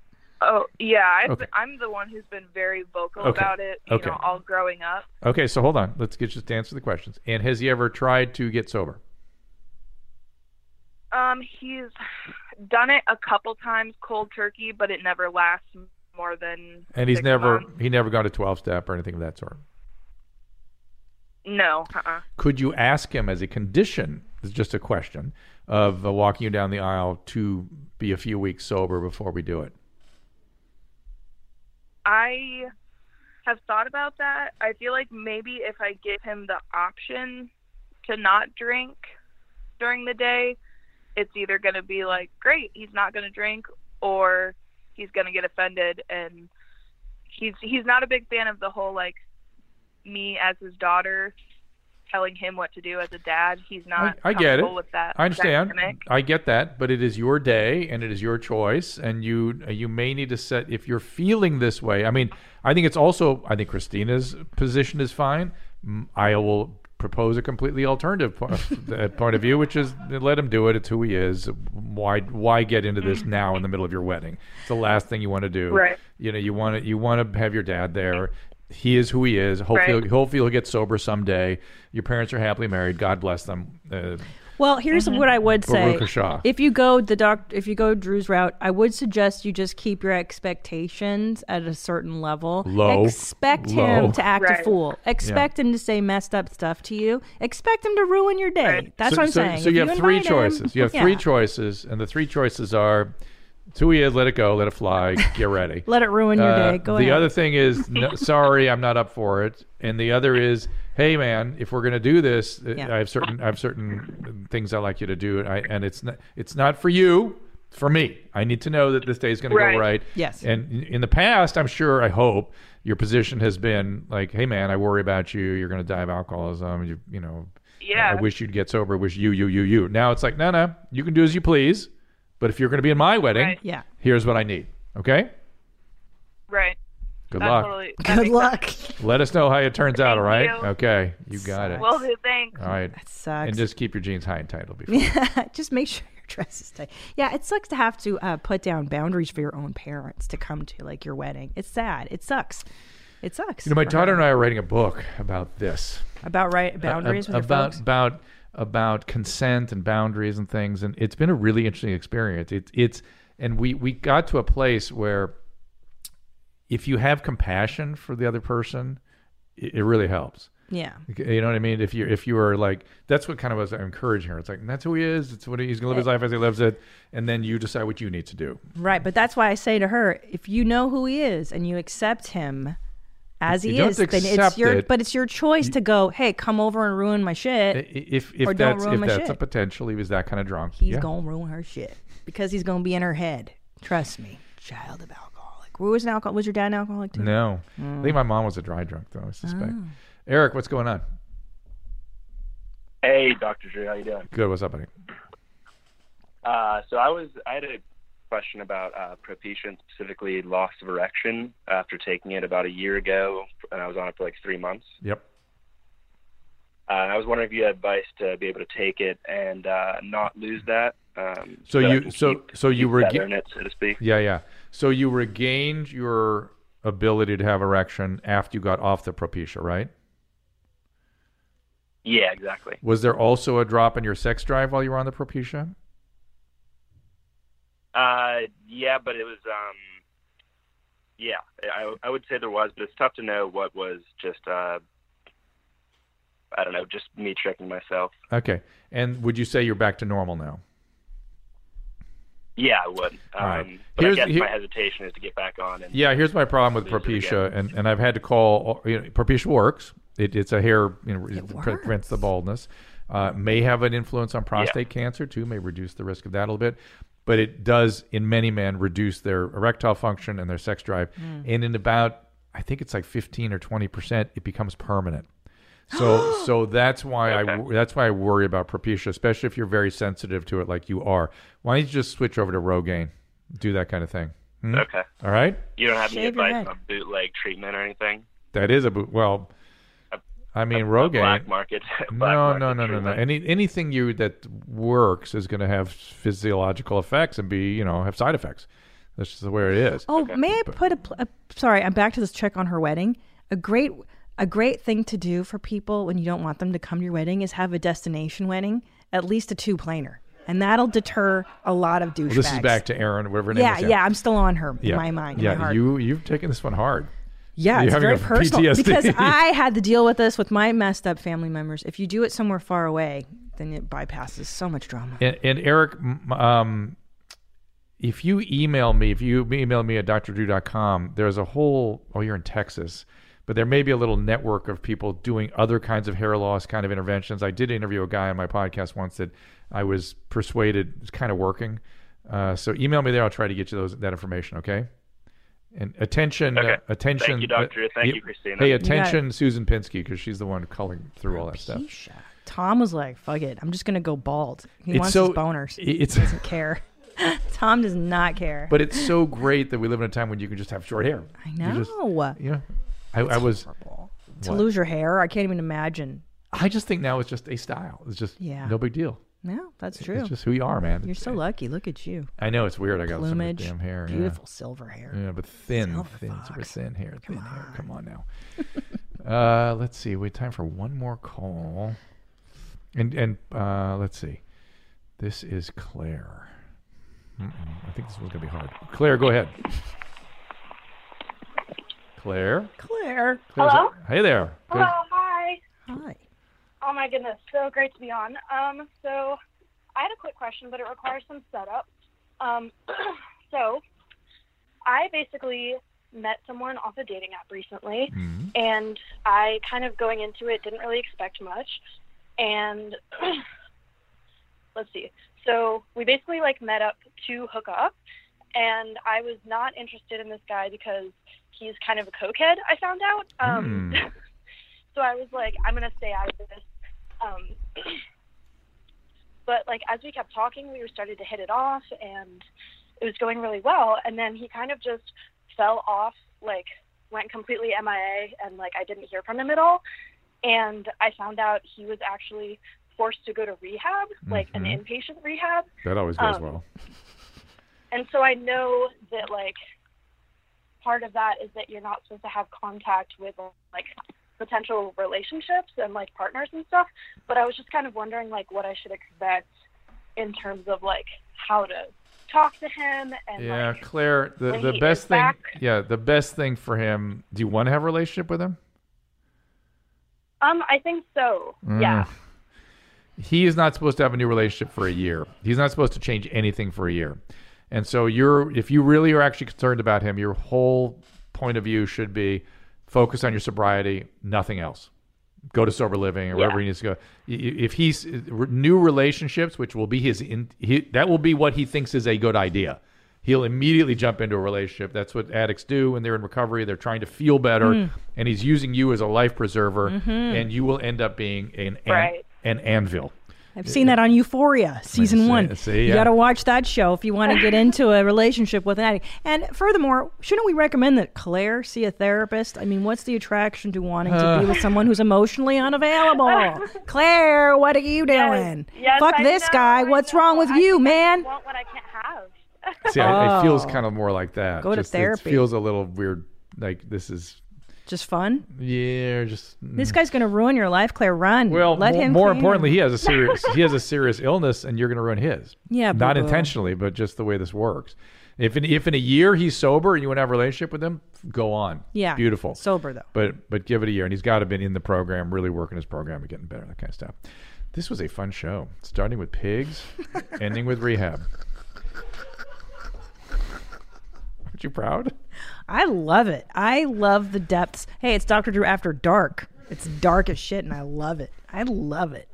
[SPEAKER 6] Oh yeah, I've
[SPEAKER 1] Okay.
[SPEAKER 6] been, I'm the one who's been very vocal
[SPEAKER 1] Okay.
[SPEAKER 6] about it. You
[SPEAKER 1] Okay.
[SPEAKER 6] know, all growing up.
[SPEAKER 1] Okay. So hold on. Let's get just answer the questions. And has he ever tried to get sober?
[SPEAKER 6] Um, he's done it a couple times cold turkey, but it never lasts more than.
[SPEAKER 1] And he's
[SPEAKER 6] six
[SPEAKER 1] never
[SPEAKER 6] months.
[SPEAKER 1] he never gone to twelve step or anything of that sort.
[SPEAKER 6] No. Uh-uh.
[SPEAKER 1] Could you ask him as a condition? It's just a question of uh, walking you down the aisle to be a few weeks sober before we do it.
[SPEAKER 6] I have thought about that. I feel like maybe if I give him the option to not drink during the day, it's either going to be like, great, he's not going to drink, or he's going to get offended. And he's he's not a big fan of the whole like me as his daughter telling him what to do as a dad. He's not.
[SPEAKER 1] I get it.
[SPEAKER 6] comfortable With that
[SPEAKER 1] I understand.
[SPEAKER 6] dynamic.
[SPEAKER 1] I get that, but it is your day and it is your choice, and you you may need to set if you're feeling this way. I mean, I think it's also I think Christina's position is fine. Mm, I will propose a completely alternative po- *laughs* uh, point of view, which is let him do it. It's who he is. Why why get into this now in the middle of your wedding? It's the last thing you want to do.
[SPEAKER 13] Right.
[SPEAKER 1] You know, you want to you want to have your dad there. He is who he is. Hopefully,
[SPEAKER 2] Right.
[SPEAKER 1] hopefully he'll get sober someday. Your parents are happily married. God bless them. Uh,
[SPEAKER 2] Well, here's what I would say.
[SPEAKER 1] Baruch Shah.
[SPEAKER 2] If you go the doc, if you go Drew's route, I would suggest you just keep your expectations at a certain level.
[SPEAKER 13] Low.
[SPEAKER 2] Expect
[SPEAKER 13] Low.
[SPEAKER 2] him to act a
[SPEAKER 13] Right.
[SPEAKER 2] fool. Expect him to say messed up stuff to you. Expect him to ruin your day. That's
[SPEAKER 1] so,
[SPEAKER 2] what I'm
[SPEAKER 1] so-
[SPEAKER 2] saying.
[SPEAKER 1] So
[SPEAKER 2] If
[SPEAKER 1] you have three
[SPEAKER 2] invite him-
[SPEAKER 1] choices. You have three
[SPEAKER 2] Yeah.
[SPEAKER 1] choices, and the three choices are: it's who he is, let it go, let it
[SPEAKER 2] *laughs*
[SPEAKER 1] fly, get ready. Uh,
[SPEAKER 2] Let it ruin your day. Go
[SPEAKER 1] the
[SPEAKER 2] ahead.
[SPEAKER 1] other thing
[SPEAKER 2] *laughs*
[SPEAKER 1] is, no, sorry, I'm not up for it. And the other is, hey man, if we're gonna do this, uh,
[SPEAKER 2] Yeah.
[SPEAKER 1] I have certain I have certain things I like you to do, and, I, and it's not it's not for you. it's For me, I need to know that this day is going to
[SPEAKER 2] Right.
[SPEAKER 1] go right.
[SPEAKER 2] Yes.
[SPEAKER 1] And in- in the past, I'm sure, I hope your position has been like, "Hey, man, I worry about you. You're going to die of alcoholism. You, you know,
[SPEAKER 13] Yeah.
[SPEAKER 1] I wish you'd get sober. I wish you, you, you, you. Now it's like, no, no, you can do as you please, but if you're going to be in my wedding,
[SPEAKER 6] Right. Yeah.
[SPEAKER 1] here's what I need. Okay,
[SPEAKER 6] Right.
[SPEAKER 1] Good
[SPEAKER 6] That
[SPEAKER 1] luck.
[SPEAKER 6] totally- that makes sense.
[SPEAKER 1] let us know how it turns out. All right,
[SPEAKER 6] you.
[SPEAKER 1] okay, you got it.
[SPEAKER 6] Will do. Thanks.
[SPEAKER 1] All right,
[SPEAKER 2] That sucks.
[SPEAKER 1] And just keep your jeans high and tight. It'll be fine.
[SPEAKER 2] Yeah, *laughs* just make sure your dress is tight. Yeah, it sucks to have to uh, put down boundaries for your own parents to come to like your wedding. It's sad. It sucks. It sucks.
[SPEAKER 1] You know, my
[SPEAKER 2] for
[SPEAKER 1] daughter
[SPEAKER 2] her.
[SPEAKER 1] and I are writing a book about this.
[SPEAKER 2] about right boundaries
[SPEAKER 1] ab-
[SPEAKER 2] with your
[SPEAKER 1] about
[SPEAKER 2] folks?
[SPEAKER 1] about about consent and boundaries and things and it's been a really interesting experience it's it's and we we got to a place where if you have compassion for the other person it, it really helps
[SPEAKER 2] Yeah.
[SPEAKER 1] you know what i mean if you if you are like that's what kind of was encouraging her it's like that's who he is it's what he, he's gonna
[SPEAKER 2] Eh.
[SPEAKER 1] live his life as he lives it and then you decide what you need to do
[SPEAKER 2] Right, but that's why I say to her, if you know who he is and you accept him as
[SPEAKER 1] You
[SPEAKER 2] he
[SPEAKER 1] don't
[SPEAKER 2] is, then it's
[SPEAKER 1] accept
[SPEAKER 2] your
[SPEAKER 1] it.
[SPEAKER 2] but it's your choice to go, hey, come over and ruin my shit.
[SPEAKER 1] I- i- if if
[SPEAKER 2] Eh. or don't
[SPEAKER 1] that's
[SPEAKER 2] ruin
[SPEAKER 1] if
[SPEAKER 2] my
[SPEAKER 1] that's
[SPEAKER 2] shit.
[SPEAKER 1] a potential he was that kind of drunk
[SPEAKER 2] he's
[SPEAKER 1] yeah.
[SPEAKER 2] gonna ruin her shit because he's gonna be in her head. Trust me, child of alcoholic. Who was an alcoholic? Was your dad an alcoholic too?
[SPEAKER 1] No. I
[SPEAKER 2] Mm.
[SPEAKER 1] think my mom was a dry drunk, though, I suspect.
[SPEAKER 2] Oh.
[SPEAKER 1] Eric, what's going on?
[SPEAKER 13] Hey, Dr. Drew, how you doing?
[SPEAKER 1] Good. What's up, buddy?
[SPEAKER 13] Uh, so I was I had a question about uh, Propecia and specifically loss of erection after taking it about a year ago, and I was on it for like three months.
[SPEAKER 1] Yep.
[SPEAKER 13] Uh, and I was wondering if you had advice to be able to take it and uh, not lose that. Um,
[SPEAKER 1] So
[SPEAKER 13] that I
[SPEAKER 1] you
[SPEAKER 13] can
[SPEAKER 1] so
[SPEAKER 13] keep-
[SPEAKER 1] so you
[SPEAKER 13] keep
[SPEAKER 1] rega-
[SPEAKER 13] bettering it, so to speak.
[SPEAKER 1] Yeah, yeah. So you regained your ability to have erection after you got off the Propecia, right?
[SPEAKER 13] Yeah, exactly.
[SPEAKER 1] Was there also a drop in your sex drive while you were on the Propecia?
[SPEAKER 13] Uh, yeah, but it was um, yeah, I I would say there was, but it's tough to know what was just uh, I don't know, just me checking myself.
[SPEAKER 1] Okay. And would you say you're back to normal now?
[SPEAKER 13] Yeah, I would. Um,
[SPEAKER 1] All right.
[SPEAKER 13] But
[SPEAKER 1] Here's-
[SPEAKER 13] I guess
[SPEAKER 1] here-
[SPEAKER 13] my hesitation is to get back on. And
[SPEAKER 1] Yeah, here's my problem with
[SPEAKER 13] lose it again.
[SPEAKER 1] Propecia, and, and I've had to call. uh, You know, Propecia works. It, it's a hair, you know, it pre- prevents the baldness. Uh, may have an influence on prostate cancer too. May reduce the risk of that a little bit, but it does in many men reduce their erectile function and their sex drive.
[SPEAKER 14] Mm.
[SPEAKER 1] And in about, I think it's like 15 or 20 percent, it becomes permanent. So, so that's why I wor- that's why I worry about Propecia, especially if you're very sensitive to it, like you are. Why don't you just switch over to Rogaine, do that kind of thing? Hmm?
[SPEAKER 13] Okay.
[SPEAKER 1] All right.
[SPEAKER 13] You don't have any
[SPEAKER 2] Shave your
[SPEAKER 13] advice
[SPEAKER 2] head.
[SPEAKER 13] on bootleg treatment or anything?
[SPEAKER 1] That is a bo- well. I mean, Rogaine.
[SPEAKER 13] black market- *laughs*
[SPEAKER 1] no,
[SPEAKER 13] black
[SPEAKER 1] no, no, no, no. Any anything you that works is going to have physiological effects and be you know have side effects. That's just the way it is.
[SPEAKER 2] Oh, may I put a, pl- a sorry? I'm back to this check on her wedding. A great a great thing to do for people when you don't want them to come to your wedding is have a destination wedding, at least a two planer, and that'll deter a lot of douchebags.
[SPEAKER 1] Well, this is back to Aaron, whatever her name
[SPEAKER 2] yeah,
[SPEAKER 1] is.
[SPEAKER 2] yeah, I'm still on her
[SPEAKER 1] Yeah.
[SPEAKER 2] in my mind. in
[SPEAKER 1] Yeah,
[SPEAKER 2] my heart.
[SPEAKER 1] you you've taken this one hard. You're
[SPEAKER 2] Yeah, it's
[SPEAKER 1] having
[SPEAKER 2] very
[SPEAKER 1] a
[SPEAKER 2] personal
[SPEAKER 1] PTSD.
[SPEAKER 2] *laughs* because
[SPEAKER 1] *laughs*
[SPEAKER 2] I had to deal with this with my messed up family members. If you do it somewhere far away, then it bypasses so much drama.
[SPEAKER 1] And, and Eric, m- um, if you email me, if you email me at drdrew.com, there's a whole, oh, you're in Texas, but there may be a little network of people doing other kinds of hair loss kind of interventions. I did interview a guy on my podcast once that I was persuaded is kind of working. Uh, so email me there. I'll try to get you those that information. Okay. And attention,
[SPEAKER 13] Okay.
[SPEAKER 1] uh, attention.
[SPEAKER 13] Thank you, Dr. Thank
[SPEAKER 1] yeah,
[SPEAKER 13] you, Christina.
[SPEAKER 1] Hey,
[SPEAKER 13] You got it.
[SPEAKER 1] attention, Susan Pinsky, because she's the one calling through all that stuff.
[SPEAKER 2] Tom was like, "Fuck it, I'm just gonna go bald." He
[SPEAKER 1] It's
[SPEAKER 2] wants
[SPEAKER 1] so-
[SPEAKER 2] his boners.
[SPEAKER 1] it- it's-
[SPEAKER 2] he doesn't care. *laughs* Tom does not care.
[SPEAKER 1] But it's so great that we live in a time when you can just have short hair.
[SPEAKER 2] I
[SPEAKER 1] You just-
[SPEAKER 2] know.
[SPEAKER 1] yeah. I, I was
[SPEAKER 2] *laughs* to
[SPEAKER 1] What?
[SPEAKER 2] lose your hair, I can't even imagine.
[SPEAKER 1] I just think now it's just a style. It's just
[SPEAKER 2] Yeah.
[SPEAKER 1] no big deal.
[SPEAKER 2] No, that's
[SPEAKER 1] It's
[SPEAKER 2] true.
[SPEAKER 1] just who you are, man.
[SPEAKER 2] You're so lucky. Look at you.
[SPEAKER 1] I know it's weird. I got so much
[SPEAKER 2] Plumage,
[SPEAKER 1] damn hair. yeah.
[SPEAKER 2] beautiful silver hair.
[SPEAKER 1] Yeah, but thin, thin, super thin hair. Thin hair. Come on now. *laughs* uh, let's see. We have time for one more call. And and uh, let's see. This is Claire. Mm-mm, I think this one's gonna be hard. Claire, go
[SPEAKER 12] *laughs*
[SPEAKER 1] ahead. Claire.
[SPEAKER 2] Claire.
[SPEAKER 1] Claire's-
[SPEAKER 12] Hello?
[SPEAKER 1] Hey there.
[SPEAKER 12] Hello, hi.
[SPEAKER 2] Hi.
[SPEAKER 12] Oh my goodness, so great to be on. Um, so I had a quick question, but it requires some setup. Um, *clears throat* so I basically met someone off a dating app recently, and I kind of going into it didn't really expect much. And *clears throat* let's see. So we basically like met up to hook up, and I was not interested in this guy because he's kind of a cokehead. I found out. Um,
[SPEAKER 11] Hmm.
[SPEAKER 12] *laughs*
[SPEAKER 1] Hmm.
[SPEAKER 12] so I was like, I'm gonna stay out of this. Um, but like as we kept talking, we were started to hit it off, and it was going really well. And then he kind of just fell off, like went completely MIA, and like I didn't hear from him at all. And I found out he was actually forced to go to rehab, like an
[SPEAKER 1] Mhm.
[SPEAKER 12] inpatient rehab.
[SPEAKER 1] That always goes
[SPEAKER 12] Um,
[SPEAKER 1] well.
[SPEAKER 12] And so I know that like part of that is that you're not supposed to have contact with like potential relationships and like partners and stuff. But I was just kind of wondering like what I should expect in terms of like how to talk to him and
[SPEAKER 1] Yeah,
[SPEAKER 12] like
[SPEAKER 1] Claire, the,
[SPEAKER 12] when
[SPEAKER 1] the
[SPEAKER 12] he
[SPEAKER 1] best
[SPEAKER 12] is
[SPEAKER 1] thing
[SPEAKER 12] back.
[SPEAKER 1] yeah, the best thing for him do you want to have a relationship with him?
[SPEAKER 12] um I think so.
[SPEAKER 1] Mm.
[SPEAKER 12] Yeah.
[SPEAKER 1] He is not supposed to have a new relationship for a year. He's not supposed to change anything for a year. And so you're if you really are actually concerned about him, your whole point of view should be focus on your sobriety, nothing else. Go to sober living or wherever he needs to go. Y- y- If he's new relationships, which will be his, in, he, that will be what he thinks is a good idea. He'll immediately jump into a relationship. That's what addicts do when they're in recovery. They're trying to feel better,
[SPEAKER 14] Mm.
[SPEAKER 1] and he's using you as a life preserver,
[SPEAKER 2] Mhm.
[SPEAKER 1] and you will end up being an an,
[SPEAKER 2] Right.
[SPEAKER 1] an anvil.
[SPEAKER 2] I've seen that on Euphoria season one.
[SPEAKER 1] see,
[SPEAKER 2] You
[SPEAKER 1] yeah.
[SPEAKER 2] got to watch that show if you want
[SPEAKER 1] *laughs*
[SPEAKER 2] to get into a relationship with an addict. And furthermore, shouldn't we recommend that Claire see a therapist? I mean, what's the attraction to wanting to
[SPEAKER 1] Uh.
[SPEAKER 2] be with someone who's emotionally unavailable?
[SPEAKER 1] *laughs*
[SPEAKER 2] Claire, what are you doing?
[SPEAKER 12] Yes,
[SPEAKER 2] Fuck
[SPEAKER 12] I
[SPEAKER 2] this
[SPEAKER 12] know,
[SPEAKER 2] guy. What's wrong with you, man?
[SPEAKER 12] Want what I can't have. *laughs*
[SPEAKER 1] See, I, it feels
[SPEAKER 2] Oh.
[SPEAKER 1] kind of more like that.
[SPEAKER 2] Go to
[SPEAKER 1] It
[SPEAKER 2] therapy.
[SPEAKER 1] feels a little weird. Like this is
[SPEAKER 2] Just fun.
[SPEAKER 1] Yeah, or just
[SPEAKER 2] This guy's gonna ruin your life, Claire. Run.
[SPEAKER 1] Mm. well.
[SPEAKER 2] let
[SPEAKER 1] mo-
[SPEAKER 2] him.
[SPEAKER 1] more
[SPEAKER 2] clean.
[SPEAKER 1] importantly, he has
[SPEAKER 2] *laughs*
[SPEAKER 1] a serious he has a serious illness, and you're going to ruin his.
[SPEAKER 2] Yeah,
[SPEAKER 1] not
[SPEAKER 2] boo-boo.
[SPEAKER 1] intentionally, but just the way this works. If in, if in a year he's sober and you want to have a relationship with him, go on.
[SPEAKER 2] Yeah.
[SPEAKER 1] beautiful.
[SPEAKER 2] Sober, though.
[SPEAKER 1] But but give it a year, and he's got to been in the program, really working his program and getting better, that kind of stuff. This was a fun show, starting with
[SPEAKER 2] *laughs*
[SPEAKER 1] pigs, ending with rehab. Aren't you proud?
[SPEAKER 2] I love it. I love the depths. Hey, it's Doctor Drew after dark. It's dark as shit, and I love it. I love it.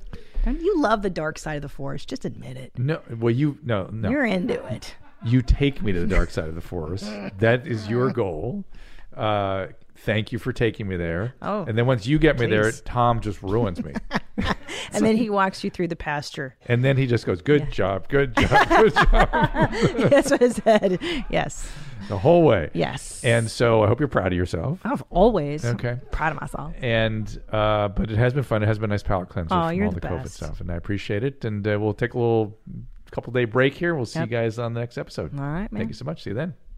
[SPEAKER 2] Don't you love the dark side of the forest? Just admit it.
[SPEAKER 1] No, well, you no no.
[SPEAKER 2] You're into it.
[SPEAKER 1] You take me to the dark side of the forest. That is your goal. Uh, thank you for taking me there.
[SPEAKER 2] Oh,
[SPEAKER 1] and then once you get me there,
[SPEAKER 2] please.
[SPEAKER 1] Tom just ruins
[SPEAKER 2] *laughs*
[SPEAKER 1] me,
[SPEAKER 2] And then he walks you through the pasture. *laughs*
[SPEAKER 1] and then he just goes, "Good job, good job, *laughs* good job,"
[SPEAKER 2] That's what I said. Yes.
[SPEAKER 1] the whole way.
[SPEAKER 2] Yes.
[SPEAKER 1] And so I hope you're proud of yourself.
[SPEAKER 2] I've always
[SPEAKER 1] Okay.
[SPEAKER 2] proud of myself.
[SPEAKER 1] And uh, but it has been fun. It has been a nice palate cleanser
[SPEAKER 2] Aw,
[SPEAKER 1] from
[SPEAKER 2] you're
[SPEAKER 1] all the,
[SPEAKER 2] the
[SPEAKER 1] COVID
[SPEAKER 2] best.
[SPEAKER 1] stuff, and I appreciate it. And uh, we'll take a little couple day break here. We'll see
[SPEAKER 15] Yep.
[SPEAKER 1] you guys on the next episode.
[SPEAKER 2] All right, man.
[SPEAKER 1] Thank you so much. See you then.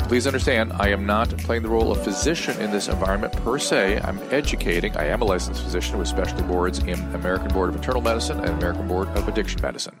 [SPEAKER 15] Please understand, I am not playing the role of physician in this environment per se. I'm educating. I am a licensed physician with specialty boards in American Board of Internal Medicine and American Board of Addiction Medicine.